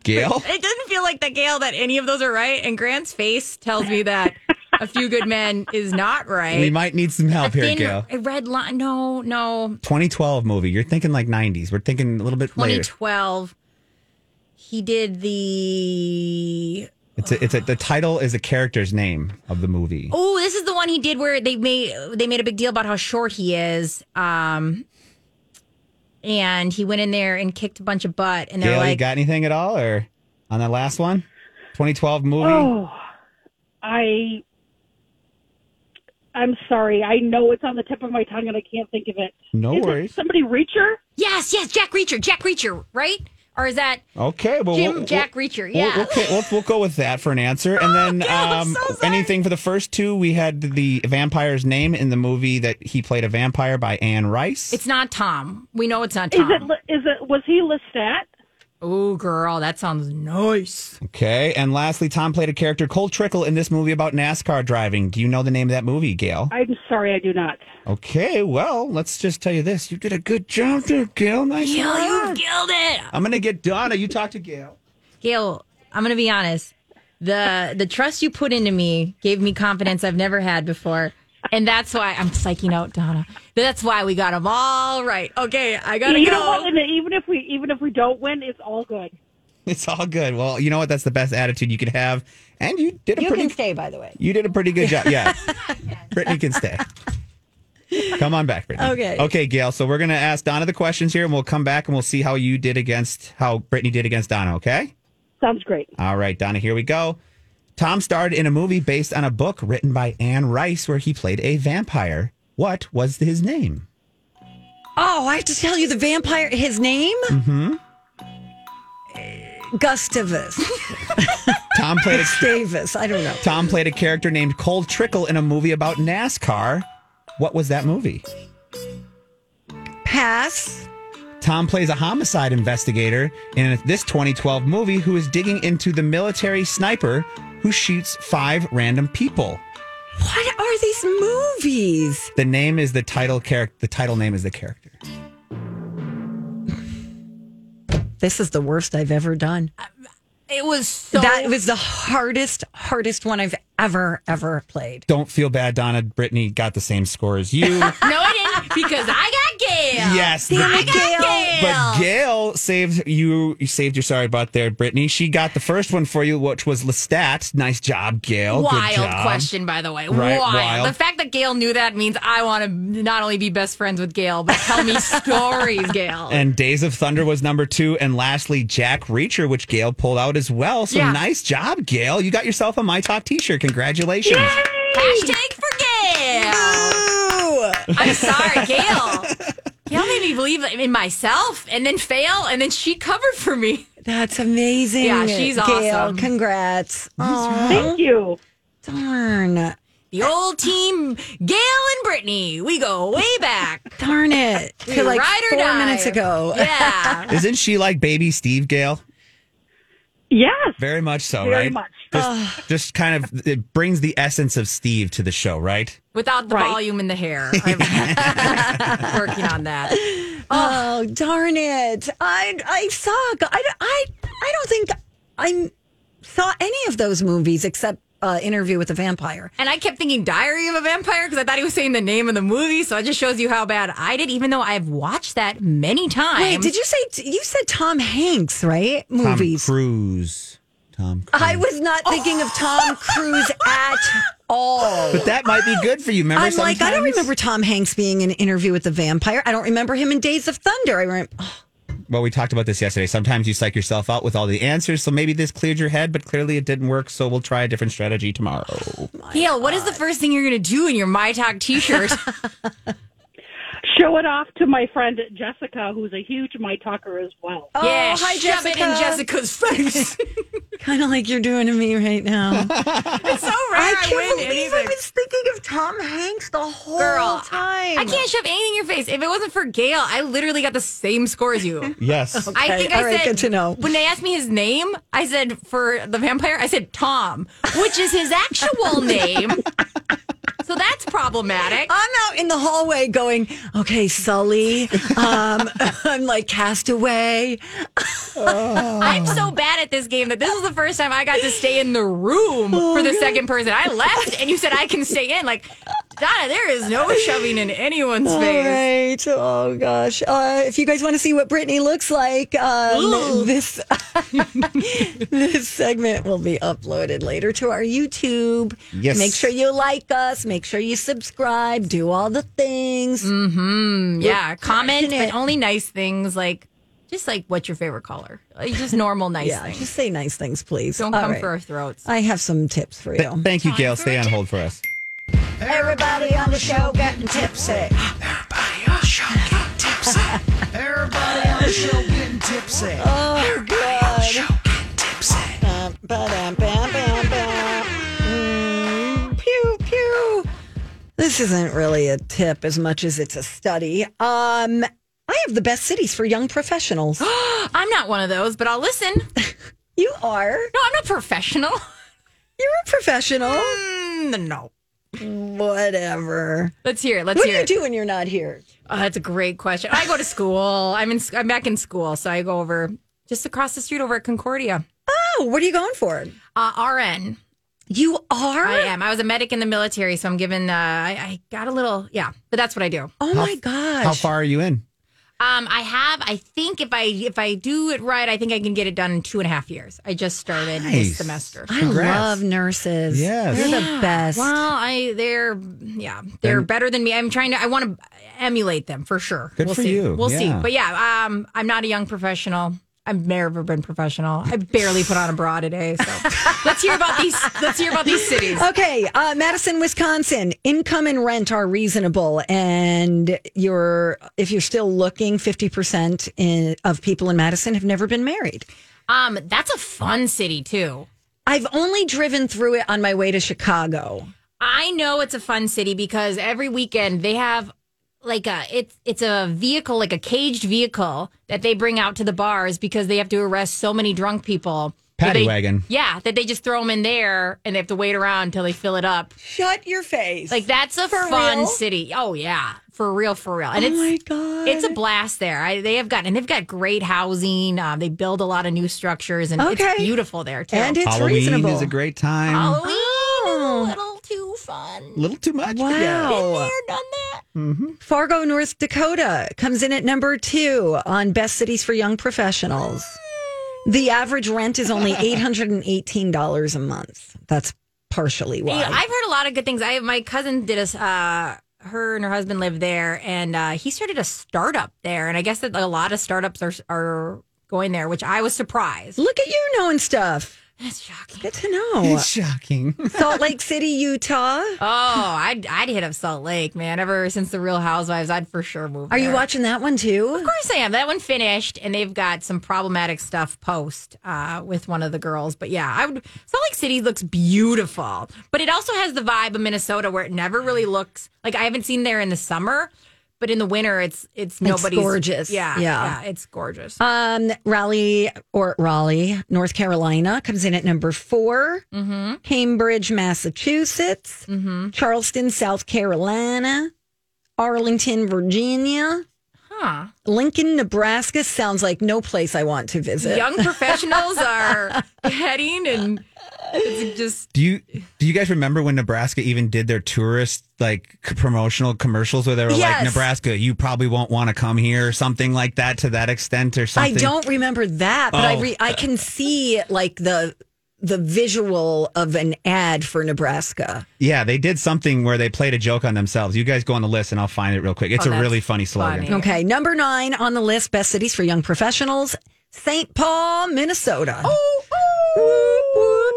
[SPEAKER 3] Gail?
[SPEAKER 5] It doesn't feel like that, Gail, that any of those are right. And Grant's face tells me that A Few Good Men is not right.
[SPEAKER 3] We might need some help here,
[SPEAKER 5] Thin-
[SPEAKER 3] Gail.
[SPEAKER 5] a red line. No, no.
[SPEAKER 3] 2012 movie. You're thinking like 90s. We're thinking a little bit later.
[SPEAKER 5] 2012. He did the.
[SPEAKER 3] It's a, it's a, the title is a character's name of the movie.
[SPEAKER 5] Oh, this is the one he did where they made they made a big deal about how short he is. Um, and he went in there and kicked a bunch of butt, and they're
[SPEAKER 3] Gail, you
[SPEAKER 5] like,
[SPEAKER 3] got anything at all, or on that last one? 2012 movie.
[SPEAKER 13] Oh I I'm sorry. I know it's on the tip of my tongue and I can't think of it.
[SPEAKER 3] No
[SPEAKER 13] Is it
[SPEAKER 3] worries.
[SPEAKER 13] somebody Reacher?
[SPEAKER 5] "Yes, yes, Jack Reacher, Jack Reacher, right?" Or is that
[SPEAKER 3] Okay, well,
[SPEAKER 5] Jim
[SPEAKER 3] we'll,
[SPEAKER 5] Jack
[SPEAKER 3] we'll-
[SPEAKER 5] Reacher?
[SPEAKER 3] we'll-
[SPEAKER 5] Yeah. Oh,
[SPEAKER 3] okay, we'll, we'll go with that for an answer, and then
[SPEAKER 5] Gail, I'm
[SPEAKER 3] um,
[SPEAKER 5] so sorry.
[SPEAKER 3] anything for the first two. We had the vampire's name in the movie that he played a vampire by Anne Rice.
[SPEAKER 5] It's not Tom. We know it's not
[SPEAKER 13] Is it
[SPEAKER 5] Tom.
[SPEAKER 13] is it was he Lestat?
[SPEAKER 5] Oh, girl, that sounds nice.
[SPEAKER 3] okay, and lastly, Tom played a character Cole Trickle in this movie about NASCAR driving. Do you know the name of that movie, Gail?
[SPEAKER 13] I'm sorry I do not.
[SPEAKER 3] Okay, well, let's just tell you this: you did a good job there, Gail. Nice
[SPEAKER 5] Gail, you
[SPEAKER 3] work.
[SPEAKER 5] killed it.
[SPEAKER 3] I'm gonna get Donna. You talk to Gail. (laughs)
[SPEAKER 5] Gail, I'm going to be honest. The the trust you put into me gave me confidence I've never had before. and that's why I'm psyching out Donna. That's why we got them all right. Okay, I gotta
[SPEAKER 13] you
[SPEAKER 5] go.
[SPEAKER 13] know what? And even if we even if we don't win, it's all good.
[SPEAKER 3] It's all good. Well, you know what? That's the best attitude you could have. And you did a
[SPEAKER 1] You
[SPEAKER 3] pretty
[SPEAKER 1] can stay, by the way.
[SPEAKER 3] You did a pretty good job. Yeah. Brittany can stay. Come on back, Brittany.
[SPEAKER 1] Okay.
[SPEAKER 3] Okay, Gail. So we're going to ask Donna the questions here and we'll come back and we'll see how you did against how Brittany did against Donna, okay?
[SPEAKER 13] Sounds great.
[SPEAKER 3] All right, Donna, here we go. Tom starred in a movie based on a book written by Anne Rice where he played a vampire. What was his name?
[SPEAKER 1] Oh, I have to tell you the vampire. His name
[SPEAKER 3] Mm-hmm.
[SPEAKER 1] Gustavus
[SPEAKER 3] Tom played a
[SPEAKER 1] Davis. I don't know.
[SPEAKER 3] Tom played a character named Cole Trickle in a movie about NASCAR. What was that movie?
[SPEAKER 1] Pass.
[SPEAKER 3] Tom plays a homicide investigator in this 2012 movie who is digging into the military sniper who shoots five random people.
[SPEAKER 1] What are these movies?
[SPEAKER 3] The name is the title character. The title name is the character.
[SPEAKER 1] This is the worst I've ever done.
[SPEAKER 5] It was so
[SPEAKER 1] that was the hardest, hardest one I've ever, ever played.
[SPEAKER 3] Don't feel bad, Donna. Brittany got the same score
[SPEAKER 5] (laughs)
[SPEAKER 3] as you.
[SPEAKER 5] no, I didn't because I got Gail.
[SPEAKER 3] (laughs) Yes,
[SPEAKER 5] Damn
[SPEAKER 3] but-
[SPEAKER 5] it, I got Gail.
[SPEAKER 3] But Gail saved you. You saved your sorry butt there, Brittany. She got the first one for you, which was Lestat. Nice job, Gail. Good
[SPEAKER 5] wild
[SPEAKER 3] job.
[SPEAKER 5] question, by the way.
[SPEAKER 3] Right,
[SPEAKER 5] wild.
[SPEAKER 3] wild.
[SPEAKER 5] The fact that Gail knew that means I want to not only be best friends with Gail, but tell
[SPEAKER 3] (laughs)
[SPEAKER 5] me stories, Gail.
[SPEAKER 3] And Days of Thunder was number two. And lastly, Jack Reacher, which Gail pulled out as well. So
[SPEAKER 5] Yeah.
[SPEAKER 3] nice job, Gail. You got yourself a My Talk t shirt. Congratulations.
[SPEAKER 5] Hashtag for Gail. I'm sorry, Gail. Gail made me believe in myself and then fail, and then she covered for me.
[SPEAKER 1] That's amazing.
[SPEAKER 5] Yeah, she's
[SPEAKER 1] Gail,
[SPEAKER 5] awesome.
[SPEAKER 1] Congrats. Aw,
[SPEAKER 13] Thank you.
[SPEAKER 1] darn.
[SPEAKER 5] The old team, Gail and Brittany, we go way back.
[SPEAKER 1] Darn it.
[SPEAKER 5] We
[SPEAKER 1] To like
[SPEAKER 5] ride or
[SPEAKER 1] four
[SPEAKER 5] die.
[SPEAKER 1] minutes ago.
[SPEAKER 5] Yeah.
[SPEAKER 3] Isn't she like baby Steve, Gail?
[SPEAKER 13] Yes.
[SPEAKER 3] Very much so,
[SPEAKER 13] Very
[SPEAKER 3] right?
[SPEAKER 13] much.
[SPEAKER 3] Just, just kind of, it brings the essence of Steve to the show, right?
[SPEAKER 5] Without the volume in the hair. I'm (laughs) working on that.
[SPEAKER 1] Oh, darn it. I, I suck. I, I, I don't think I saw any of those movies except uh, Interview with a Vampire.
[SPEAKER 5] And I kept thinking Diary of a Vampire because I thought he was saying the name of the movie. So it just shows you how bad I did, even though I've watched that many times.
[SPEAKER 1] Wait, did you say you said Tom Hanks, right? Movies.
[SPEAKER 3] Tom Cruise. Tom Cruise.
[SPEAKER 1] I was not thinking of
[SPEAKER 5] (laughs)
[SPEAKER 1] Tom Cruise at all.
[SPEAKER 3] But that might be good for you. Remember
[SPEAKER 1] I'm like, I don't
[SPEAKER 3] sometimes?
[SPEAKER 1] remember Tom Hanks being in Interview with the Vampire. I don't remember him in Days of Thunder. I remember.
[SPEAKER 3] Well, we talked about this yesterday. Sometimes you psych yourself out with all the answers. So maybe this cleared your head, but clearly it didn't work. So we'll try a different strategy tomorrow.
[SPEAKER 5] Gail, what is the first thing you're going to do in your My Talk t (laughs) shirt?
[SPEAKER 13] Show it off to my friend Jessica, who's a huge my talker as well.
[SPEAKER 5] yeah,
[SPEAKER 1] oh, hi,
[SPEAKER 5] shove it in
[SPEAKER 1] Jessica.
[SPEAKER 5] Jessica's face.
[SPEAKER 1] Kind of like you're doing to me right
[SPEAKER 5] (laughs)
[SPEAKER 1] now.
[SPEAKER 5] it's so rare I,
[SPEAKER 1] I can't
[SPEAKER 5] win
[SPEAKER 1] believe I
[SPEAKER 5] anything.
[SPEAKER 1] was thinking of Tom Hanks the whole
[SPEAKER 5] Girl,
[SPEAKER 1] time.
[SPEAKER 5] I can't shove anything in your face. If it wasn't for Gail, I literally got the same score as
[SPEAKER 1] (laughs)
[SPEAKER 5] you.
[SPEAKER 3] Yes. (laughs)
[SPEAKER 5] I think I
[SPEAKER 1] all right,
[SPEAKER 5] said
[SPEAKER 1] good to know.
[SPEAKER 5] when they asked me his name, I said for the vampire, I said Tom, which is
[SPEAKER 1] (laughs)
[SPEAKER 5] his actual name. So that's problematic.
[SPEAKER 1] I'm out in the hallway going, okay, Sully. Um, (laughs) I'm like castaway. Oh.
[SPEAKER 5] I'm so bad at this game that this is the first time I got to stay in the room
[SPEAKER 1] Oh,
[SPEAKER 5] for the second person. I left and you said I can stay in. Like, Donna, there is no shoving in anyone's
[SPEAKER 1] All
[SPEAKER 5] face.
[SPEAKER 1] right. Oh gosh. Uh, if you guys want to see what Brittany looks like, um,
[SPEAKER 5] Ooh.
[SPEAKER 1] this (laughs) this segment will be uploaded later to our YouTube.
[SPEAKER 3] Yes.
[SPEAKER 1] Make sure you like us. Make sure you subscribe. Do all the things.
[SPEAKER 5] Yeah, comment,
[SPEAKER 1] crushing it.
[SPEAKER 5] but only nice things like just like what's your favorite color? Like, Just normal nice
[SPEAKER 1] yeah.
[SPEAKER 5] things.
[SPEAKER 1] Just say nice things, please.
[SPEAKER 5] Don't
[SPEAKER 1] All
[SPEAKER 5] come
[SPEAKER 1] right. Uh,
[SPEAKER 5] for our throats.
[SPEAKER 1] I have some tips for you.
[SPEAKER 3] Thank you, Gail. Stay on hold for us.
[SPEAKER 1] Everybody on the show getting tipsy.
[SPEAKER 2] Everybody on the show getting tipsy.
[SPEAKER 1] Oh God. Bum, ba-dum, bam, bam, bam. Mm, pew, pew. This isn't really a tip as much as it's a study. Um, I have the best cities for young (gasps) professionals.
[SPEAKER 5] I'm not one of those, but I'll listen. No,
[SPEAKER 1] you are.
[SPEAKER 5] I'm not professional. (laughs)
[SPEAKER 1] You're a professional.
[SPEAKER 5] Mm, no.
[SPEAKER 1] Whatever.
[SPEAKER 5] Let's hear it. Let's
[SPEAKER 1] What do
[SPEAKER 5] hear
[SPEAKER 1] you
[SPEAKER 5] it.
[SPEAKER 1] do when you're not here?
[SPEAKER 5] Oh, that's a great question. I go to school. I'm in. I'm back in school, so I go over just across the street over at Concordia.
[SPEAKER 1] Oh, what are you going for?
[SPEAKER 5] Uh, RN.
[SPEAKER 1] You are?
[SPEAKER 5] I am. I was a medic in the military, so I'm given, uh, I, I got a little, yeah, but that's what I do.
[SPEAKER 1] Oh my gosh.
[SPEAKER 3] How far are you in?
[SPEAKER 5] Um, I have, I think if I, if I do it right, I think I can get it done in two and a half years. I just started
[SPEAKER 3] Nice.
[SPEAKER 5] this semester.
[SPEAKER 1] I love nurses.
[SPEAKER 3] Yes.
[SPEAKER 1] They're the
[SPEAKER 5] Yeah.
[SPEAKER 1] best.
[SPEAKER 5] Well, I they're yeah they're
[SPEAKER 3] And-
[SPEAKER 5] better than me. I'm trying to. I want to emulate them for sure.
[SPEAKER 3] Good
[SPEAKER 5] we'll
[SPEAKER 3] for
[SPEAKER 5] see.
[SPEAKER 3] you.
[SPEAKER 5] We'll see.
[SPEAKER 3] Yeah.
[SPEAKER 5] But yeah, um, I'm not a young professional. I've never been professional. I barely put on a bra today. So (laughs) let's hear about these. Let's hear about these cities.
[SPEAKER 1] Okay, uh, Madison, Wisconsin. Income and rent are reasonable, and you're if you're still looking, fifty percent of people in Madison have never been married.
[SPEAKER 5] Um, that's a fun city too.
[SPEAKER 1] I've only driven through it on my way to Chicago.
[SPEAKER 5] I know it's a fun city because every weekend they have like a it's it's a vehicle like a caged vehicle that they bring out to the bars because they have to arrest so many drunk people. that
[SPEAKER 3] Paddy
[SPEAKER 5] they-
[SPEAKER 3] wagon.
[SPEAKER 5] Yeah, that they just throw them in there and they have to wait around until they fill it up.
[SPEAKER 1] Shut your face!
[SPEAKER 5] Like that's a
[SPEAKER 1] For
[SPEAKER 5] fun
[SPEAKER 1] real?
[SPEAKER 5] city. Oh yeah, for real, for real. And
[SPEAKER 1] Oh
[SPEAKER 5] it's
[SPEAKER 1] my God.
[SPEAKER 5] it's a blast there. I, they have got and they've got great housing. Uh, they build a lot of new structures and
[SPEAKER 1] Okay.
[SPEAKER 5] it's beautiful there too.
[SPEAKER 1] And it's
[SPEAKER 3] Halloween
[SPEAKER 1] reasonable.
[SPEAKER 3] is a great time.
[SPEAKER 5] Halloween
[SPEAKER 1] Oh.
[SPEAKER 5] is a little too fun.
[SPEAKER 3] little too much. but yeah.
[SPEAKER 1] Wow.
[SPEAKER 5] done that.
[SPEAKER 1] Fargo, North Dakota comes in at number two on best cities for young professionals. The average rent is only $818 a month. That's partially why.
[SPEAKER 5] Yeah, I've heard a lot of good things. I my cousin did a s- uh, her and her husband live there, and uh, he started a startup there, and I guess that a lot of startups are are going there, which I was surprised.
[SPEAKER 1] Look at you knowing stuff.
[SPEAKER 5] That's shocking.
[SPEAKER 1] Good to know.
[SPEAKER 3] (laughs) It's shocking.
[SPEAKER 1] (laughs) Salt Lake City, Utah.
[SPEAKER 5] Oh, I'd I'd hit up Salt Lake, man. Ever since the Real Housewives, I'd for sure move.
[SPEAKER 1] Are you
[SPEAKER 5] there.
[SPEAKER 1] watching that one too?
[SPEAKER 5] Of course I am. That one finished, and they've got some problematic stuff post uh, with one of the girls. But yeah, I would. Salt Lake City looks beautiful, but it also has the vibe of Minnesota, where it never really looks like I haven't seen there in the summer, but in the winter, it's it's nobody's
[SPEAKER 1] gorgeous.
[SPEAKER 5] Yeah,
[SPEAKER 1] Yeah.
[SPEAKER 5] yeah, it's gorgeous.
[SPEAKER 1] Um, Raleigh or Raleigh, North Carolina comes in at number 4
[SPEAKER 5] Mm-hmm.
[SPEAKER 1] Cambridge, Massachusetts. Charleston, South Carolina. Arlington, Virginia.
[SPEAKER 5] Huh.
[SPEAKER 1] Lincoln, Nebraska sounds like no place I want to visit.
[SPEAKER 5] Young
[SPEAKER 1] (laughs)
[SPEAKER 5] professionals are heading, and it's just
[SPEAKER 3] Do you do you guys remember when Nebraska even did their tourist like c- promotional commercials where they were
[SPEAKER 1] Yes.
[SPEAKER 3] like Nebraska, you probably won't want to come here or something like that to that extent or
[SPEAKER 1] I
[SPEAKER 3] something?
[SPEAKER 1] don't remember that, but I
[SPEAKER 3] Oh.
[SPEAKER 1] re- I can see like the the visual of an ad for Nebraska.
[SPEAKER 3] Yeah, they did something where they played a joke on themselves. You guys go on the list and I'll find it real quick. It's
[SPEAKER 5] Oh,
[SPEAKER 3] a
[SPEAKER 5] that's
[SPEAKER 3] really funny slogan.
[SPEAKER 5] funny.
[SPEAKER 1] Okay, number nine on the list: best cities for young professionals, St. Paul, Minnesota. Oh,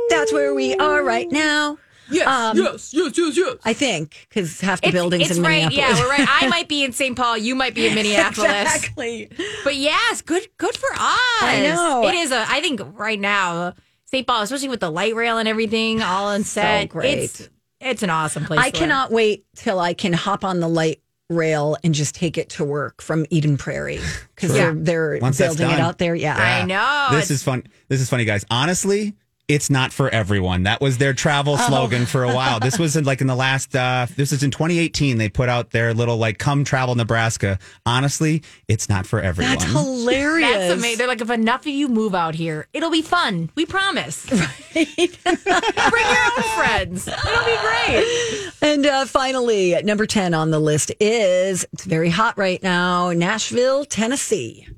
[SPEAKER 1] that's where we are right now.
[SPEAKER 4] Yes,
[SPEAKER 1] Um,
[SPEAKER 4] yes, yes, yes, yes.
[SPEAKER 1] I think because half the
[SPEAKER 5] it's,
[SPEAKER 1] buildings
[SPEAKER 5] it's
[SPEAKER 1] in
[SPEAKER 5] right.
[SPEAKER 1] Minneapolis. (laughs)
[SPEAKER 5] Yeah, we're right. I might be in St. Paul. You might be in Minneapolis.
[SPEAKER 1] exactly.
[SPEAKER 5] But yes, good good for us. I
[SPEAKER 1] know.
[SPEAKER 5] It is a I think right now, St. Paul, especially with the light rail and everything all on set.
[SPEAKER 1] great.
[SPEAKER 5] It's it's an awesome place.
[SPEAKER 1] I
[SPEAKER 5] to
[SPEAKER 1] cannot wait till I can hop on the light rail and just take it to work from Eden Prairie because they're,
[SPEAKER 5] Sure.
[SPEAKER 1] they're
[SPEAKER 3] Once that's
[SPEAKER 1] building it
[SPEAKER 3] done.
[SPEAKER 1] out there. Yeah.
[SPEAKER 5] I know.
[SPEAKER 3] This is fun. This is funny, guys. Honestly, it's not for everyone. That was their travel
[SPEAKER 1] Oh.
[SPEAKER 3] slogan for a while. This was in, like in the last. Uh, this is in 2018. They put out their little like "Come Travel Nebraska." Honestly, it's not for everyone.
[SPEAKER 1] That's hilarious.
[SPEAKER 5] That's amazing. They're like, if enough of you move out here, it'll be fun.
[SPEAKER 1] (laughs)
[SPEAKER 5] We promise. Bring your own friends. It'll be great.
[SPEAKER 1] And uh, finally, at number 10 on the list is it's very hot right now Nashville, Tennessee.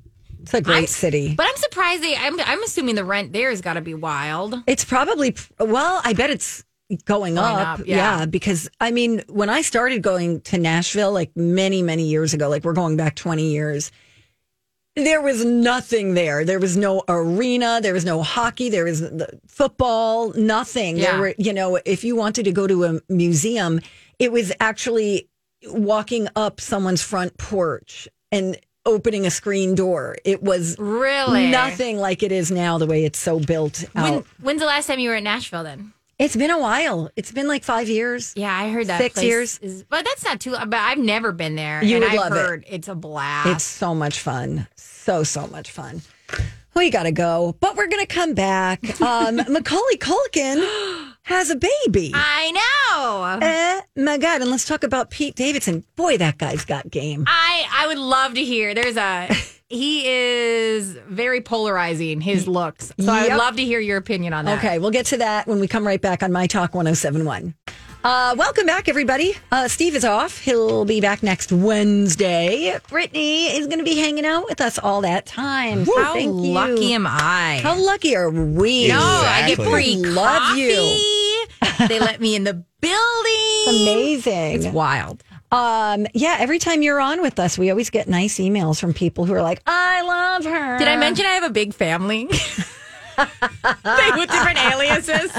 [SPEAKER 1] It's a great
[SPEAKER 5] I-
[SPEAKER 1] city.
[SPEAKER 5] But I'm surprised they. I'm, I'm assuming the rent there has got to be wild.
[SPEAKER 1] It's probably, well, I bet it's going, up.
[SPEAKER 5] up, yeah.
[SPEAKER 1] Because, I mean, when I started going to Nashville, like many, many years ago, like we're going back 20 years, there was nothing there. There was no arena. There was no hockey. There was the football, nothing. There
[SPEAKER 5] Yeah.
[SPEAKER 1] were, you know, if you wanted to go to a museum, it was actually walking up someone's front porch and opening a screen door. It was
[SPEAKER 5] Really?
[SPEAKER 1] nothing like it is now, the way it's so built out.
[SPEAKER 5] When, when's the last time you were in Nashville then?
[SPEAKER 1] It's been a while. It's been like five years.
[SPEAKER 5] Yeah, I heard that
[SPEAKER 1] Six
[SPEAKER 5] place
[SPEAKER 1] years.
[SPEAKER 5] Is, but that's not too. But I've never been there.
[SPEAKER 1] You
[SPEAKER 5] and
[SPEAKER 1] would
[SPEAKER 5] I've
[SPEAKER 1] love it.
[SPEAKER 5] heard It's a blast.
[SPEAKER 1] It's so much fun. So, so much fun. We got to go, but we're going to come
[SPEAKER 5] (laughs)
[SPEAKER 1] back. Um, Macaulay Culkin has a baby.
[SPEAKER 5] I know.
[SPEAKER 1] Eh, my God. And let's talk about Pete Davidson. Boy, that guy's got game. (laughs)
[SPEAKER 5] I I would love to hear. There's a he is very polarizing, his looks. So I
[SPEAKER 1] Yep.
[SPEAKER 5] would love to hear your opinion on that.
[SPEAKER 1] Okay, we'll get to that when we come right back on My Talk 1071. Uh, welcome back, everybody. Uh, Steve is off. He'll be back next Wednesday. Brittany is going to be hanging out with us all that time. So
[SPEAKER 5] How
[SPEAKER 1] thank you.
[SPEAKER 5] lucky am I?
[SPEAKER 1] How lucky are we?
[SPEAKER 5] No, I get
[SPEAKER 1] Exactly.
[SPEAKER 5] free
[SPEAKER 1] Love
[SPEAKER 5] you. they let me in the building.
[SPEAKER 1] It's amazing.
[SPEAKER 5] It's wild.
[SPEAKER 1] Um, yeah, every time you're on with us, we always get nice emails from people who are like, I love her.
[SPEAKER 5] Did I mention I have a
[SPEAKER 1] (laughs)
[SPEAKER 5] big family? They- with different aliases.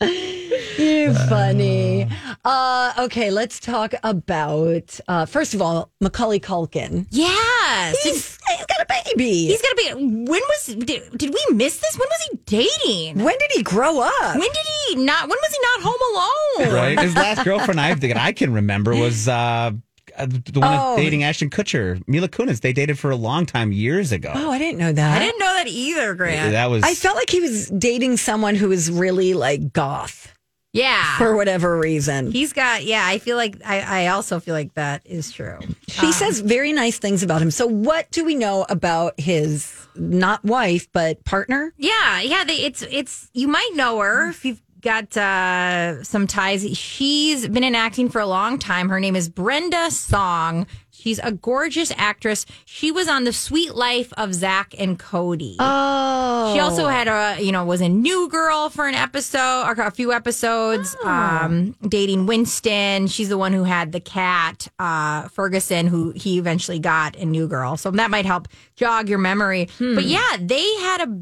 [SPEAKER 1] You're funny. Uh, okay, let's talk about uh, first of all Macaulay Culkin.
[SPEAKER 5] Yes.
[SPEAKER 1] he's, he's got a baby.
[SPEAKER 5] He's got to be. When was did, did we miss this? When was he dating?
[SPEAKER 1] When did he grow up?
[SPEAKER 5] When did he not? When was he not home alone?
[SPEAKER 3] Right? His last girlfriend I think I can remember was uh, the one
[SPEAKER 5] Oh.
[SPEAKER 3] dating Ashton Kutcher, Mila Kunis. They dated for a long time years ago.
[SPEAKER 1] Oh, I didn't know that.
[SPEAKER 5] I didn't know that either, Grant.
[SPEAKER 3] That was
[SPEAKER 1] I felt like he was dating someone who was really like goth
[SPEAKER 5] yeah.
[SPEAKER 1] for whatever reason.
[SPEAKER 5] He's got. Yeah, I feel like I. I also feel like that is true. Uh,
[SPEAKER 1] she says very nice things about him. So, what do we know about his not wife but partner?
[SPEAKER 5] Yeah, yeah. They, it's it's you might know her if you've got uh, some ties. She's been in acting for a long time. Her name is Brenda Song. She's a gorgeous actress. She was on The Sweet Life of Zach and Cody.
[SPEAKER 1] Oh,
[SPEAKER 5] She also had a, you know, was a new girl for an episode or a few episodes, um, dating Winston. She's the one who had the cat, uh, Ferguson, who he eventually got in new girl. So that might help jog your memory. But yeah, they had a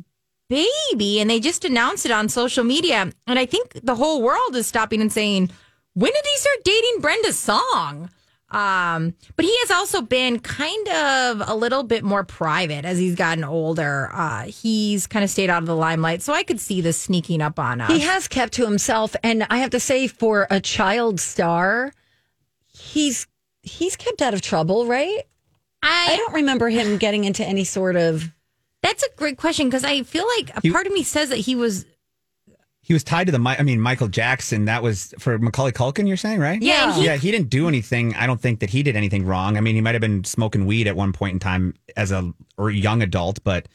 [SPEAKER 5] baby and they just announced it on social media. And I think the whole world is stopping and saying, when did he start dating Brenda's song? Um, but he has also been kind of a little bit more private as he's gotten older. Uh, he's kind of stayed out of the limelight, so I could see this sneaking up on us.
[SPEAKER 1] He has kept to himself, and I have to say, for a child star, he's he's kept out of trouble, right? I
[SPEAKER 5] I,
[SPEAKER 1] don't remember
[SPEAKER 5] (sighs)
[SPEAKER 1] him getting into any sort of.
[SPEAKER 5] that's a great question because I feel like a
[SPEAKER 3] You-
[SPEAKER 5] part of me says that he was
[SPEAKER 3] he was tied to the. Mi- I mean, Michael Jackson. That was for Macaulay Culkin. You're saying right?
[SPEAKER 5] Yeah, and he-
[SPEAKER 3] yeah. He didn't do anything. I don't think that he did anything wrong. I mean, he might have been smoking weed at one point in time as a or young adult, but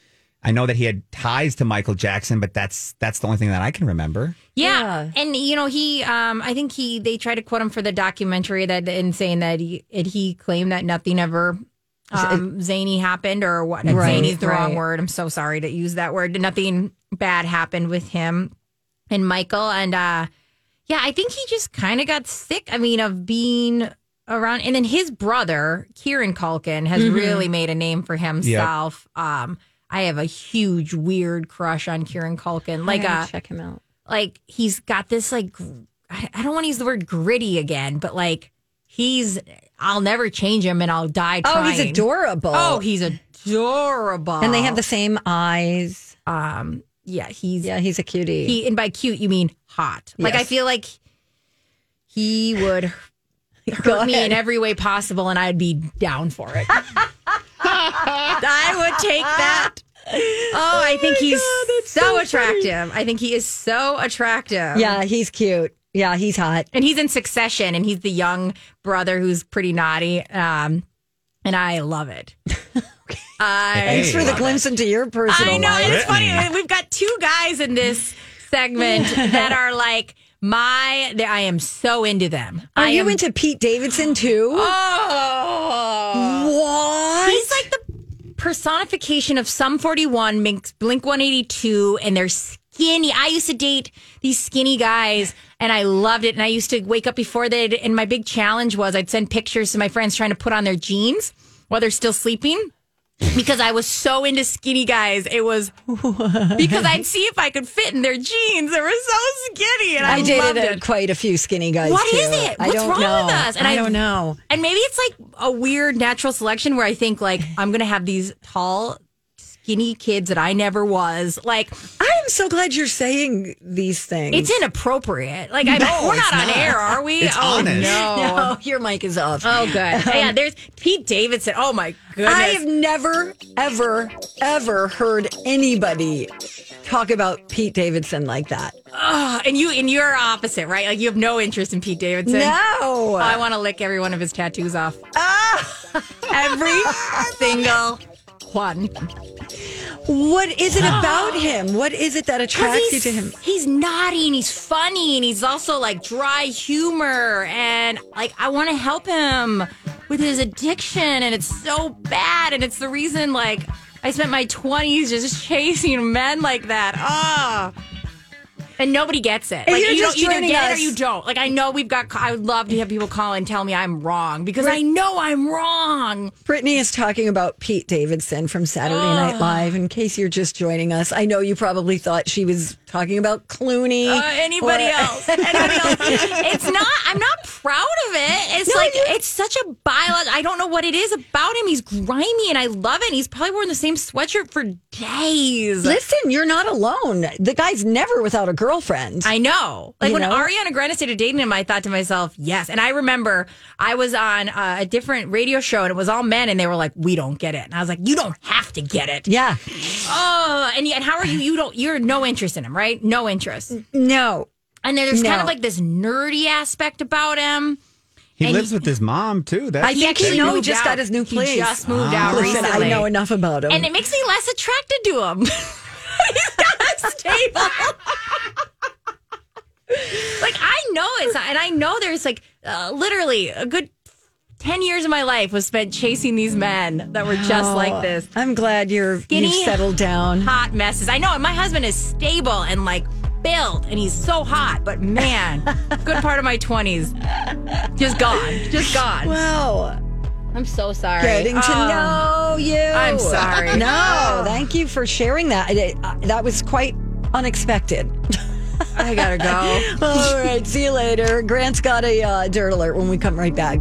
[SPEAKER 3] I know that he had ties to Michael Jackson. But that's that's the only thing that I can remember.
[SPEAKER 5] Yeah. And you know, he um I think he they tried to quote him for the documentary that and saying that he and he claimed that nothing ever um, zany happened or what
[SPEAKER 1] Right,
[SPEAKER 5] zany is the wrong
[SPEAKER 1] right.
[SPEAKER 5] word. I'm so sorry to use that word. Nothing bad happened with him and Michael and uh yeah, I think he just kind of got sick I mean of being around and then his brother, Kieran Culkin has
[SPEAKER 1] Mm-hmm.
[SPEAKER 5] really made a name for himself. Um I have a huge weird crush on Kieran Culkin. Like
[SPEAKER 1] I
[SPEAKER 5] uh
[SPEAKER 1] gotta check him out.
[SPEAKER 5] like he's got this like gr- I I don't want to use the word gritty again, but like he's I'll never change him and I'll die
[SPEAKER 1] Oh,
[SPEAKER 5] trying.
[SPEAKER 1] he's adorable.
[SPEAKER 5] Oh, he's adorable.
[SPEAKER 1] and they have the same eyes.
[SPEAKER 5] um yeah, he's
[SPEAKER 1] Yeah, he's a cutie.
[SPEAKER 5] he and by cute you mean hot. Like I
[SPEAKER 1] Yes.
[SPEAKER 5] feel like he would hurt
[SPEAKER 1] (laughs) Go
[SPEAKER 5] me
[SPEAKER 1] ahead.
[SPEAKER 5] in every way possible and I'd be down for
[SPEAKER 1] (laughs)
[SPEAKER 5] it. I would take that. Oh, I think he's so, attractive. I think he is so attractive.
[SPEAKER 1] yeah, he's cute. Yeah, he's hot.
[SPEAKER 5] and he's in succession and he's the young brother who's pretty naughty um and i love it I
[SPEAKER 1] Thanks for the
[SPEAKER 5] love it.
[SPEAKER 1] glimpse into your personal
[SPEAKER 5] i know
[SPEAKER 1] life.
[SPEAKER 5] and it's funny
[SPEAKER 3] Brittany.
[SPEAKER 5] we've got two guys in this segment that are like my they- i am so into them
[SPEAKER 1] Are
[SPEAKER 5] I
[SPEAKER 1] you
[SPEAKER 5] am-
[SPEAKER 1] into Pete Davidson
[SPEAKER 5] (gasps)
[SPEAKER 1] too? (gasps)
[SPEAKER 5] oh
[SPEAKER 1] what?
[SPEAKER 5] he's like the personification of some 41 minx blink 182 and they're skinny i used to date these skinny guys and i loved it and i used to wake up before they and my big challenge was i'd send pictures to my friends trying to put on their jeans while they're still sleeping because I was so into skinny guys, it
[SPEAKER 1] (laughs)
[SPEAKER 5] was because I'd see if I could fit in their jeans. They were so skinny, and I,
[SPEAKER 1] I dated
[SPEAKER 5] loved
[SPEAKER 1] a-
[SPEAKER 5] it.
[SPEAKER 1] quite a few skinny guys.
[SPEAKER 5] What
[SPEAKER 1] too.
[SPEAKER 5] is it?
[SPEAKER 1] I
[SPEAKER 5] What's
[SPEAKER 1] don't
[SPEAKER 5] wrong
[SPEAKER 1] know.
[SPEAKER 5] with us?
[SPEAKER 1] I, don't know.
[SPEAKER 5] And maybe it's like a weird natural selection where I think like I'm gonna have these tall, skinny kids that I never was. Like
[SPEAKER 1] I am so glad you're saying these things.
[SPEAKER 5] it's inappropriate. Like I'm,
[SPEAKER 1] No,
[SPEAKER 5] we're
[SPEAKER 1] it's
[SPEAKER 5] not, on
[SPEAKER 1] not.
[SPEAKER 5] air, are we?
[SPEAKER 3] It's
[SPEAKER 5] oh
[SPEAKER 3] honest.
[SPEAKER 5] no.
[SPEAKER 1] (laughs) no, your mic is off.
[SPEAKER 5] Oh good. (laughs) yeah, there's Pete Davidson. Oh my goodness.
[SPEAKER 1] I have never, ever, ever heard anybody talk about Pete Davidson like that.
[SPEAKER 5] Ugh, and you and you're opposite, right? Like you have no interest in Pete Davidson.
[SPEAKER 1] No. Ah!
[SPEAKER 5] I want to lick every one of his tattoos off. Every single
[SPEAKER 1] Juan. What is it (gasps) about him? What is it that
[SPEAKER 5] 'Cause
[SPEAKER 1] attracts you
[SPEAKER 5] he's-
[SPEAKER 1] to him?
[SPEAKER 5] He's naughty and he's funny and he's also like dry humor and like I want to help him with his addiction and it's so bad and it's the reason like I spent my 20s just chasing men like that. Ah. And nobody gets it.
[SPEAKER 1] And
[SPEAKER 5] Like
[SPEAKER 1] you're
[SPEAKER 5] you don't
[SPEAKER 1] just
[SPEAKER 5] either
[SPEAKER 1] joining
[SPEAKER 5] get it
[SPEAKER 1] us.
[SPEAKER 5] or you don't. Like I know we've got. I would love to have people call and tell me I'm wrong because I know I'm wrong.
[SPEAKER 1] Brittany is talking about Pete Davidson from Saturday Night
[SPEAKER 5] Ugh.
[SPEAKER 1] Live. In case you're just joining us, I know you probably thought she was talking about Clooney.
[SPEAKER 5] Uh,
[SPEAKER 1] (laughs)
[SPEAKER 5] anybody
[SPEAKER 1] or-
[SPEAKER 5] else? Anybody else? It's not. I'm not proud of it. It's like it's such a bylaw. I don't know what it is about him. He's grimy, and I love it. And he's probably worn the same sweatshirt for days.
[SPEAKER 1] Listen, you're not alone. The guy's never without a girlfriend.
[SPEAKER 5] I know. Like
[SPEAKER 1] You
[SPEAKER 5] when
[SPEAKER 1] know?
[SPEAKER 5] Ariana Grande started dating him, I thought to myself, yes. And I remember I was on uh, a different radio show and it was all men and they were like, we don't get it. And I was like, you don't have to get it.
[SPEAKER 1] Yeah.
[SPEAKER 5] Oh, and, and how are you? You don't, you're no interest in him, right? No interest.
[SPEAKER 1] No.
[SPEAKER 5] And then there's kind
[SPEAKER 1] Mm. No.
[SPEAKER 5] of like this nerdy aspect about him.
[SPEAKER 3] He
[SPEAKER 5] And
[SPEAKER 3] lives with his mom too. That's
[SPEAKER 5] I think he
[SPEAKER 3] that's-
[SPEAKER 5] knows-
[SPEAKER 1] No,
[SPEAKER 5] moved
[SPEAKER 1] just
[SPEAKER 5] out.
[SPEAKER 1] got his new
[SPEAKER 5] He
[SPEAKER 1] place. Ah.
[SPEAKER 5] just moved out
[SPEAKER 1] Listen, I
[SPEAKER 5] recently.
[SPEAKER 1] know enough about him.
[SPEAKER 5] And it makes me less attracted to him. (laughs) He's got a stable. like I know it's not, and I know there's like uh, literally a good ten years of my life was spent chasing these men that were just
[SPEAKER 1] Oh,
[SPEAKER 5] like this.
[SPEAKER 1] I'm glad you're
[SPEAKER 5] Skinny,
[SPEAKER 1] you've settled down.
[SPEAKER 5] Hot messes. I know. And my husband is stable and like built, and he's so hot. But man, good part of my twenties just gone, just gone.
[SPEAKER 1] (laughs) Wow.
[SPEAKER 5] I'm so sorry.
[SPEAKER 1] Getting to
[SPEAKER 5] Oh.
[SPEAKER 1] know you.
[SPEAKER 5] I'm sorry.
[SPEAKER 1] No,
[SPEAKER 5] Oh.
[SPEAKER 1] thank you for sharing that. It- uh, that was quite unexpected.
[SPEAKER 5] I gotta
[SPEAKER 1] (laughs)
[SPEAKER 5] go.
[SPEAKER 1] All right, see you later. Grant's got a uh, dirt alert when we come right back.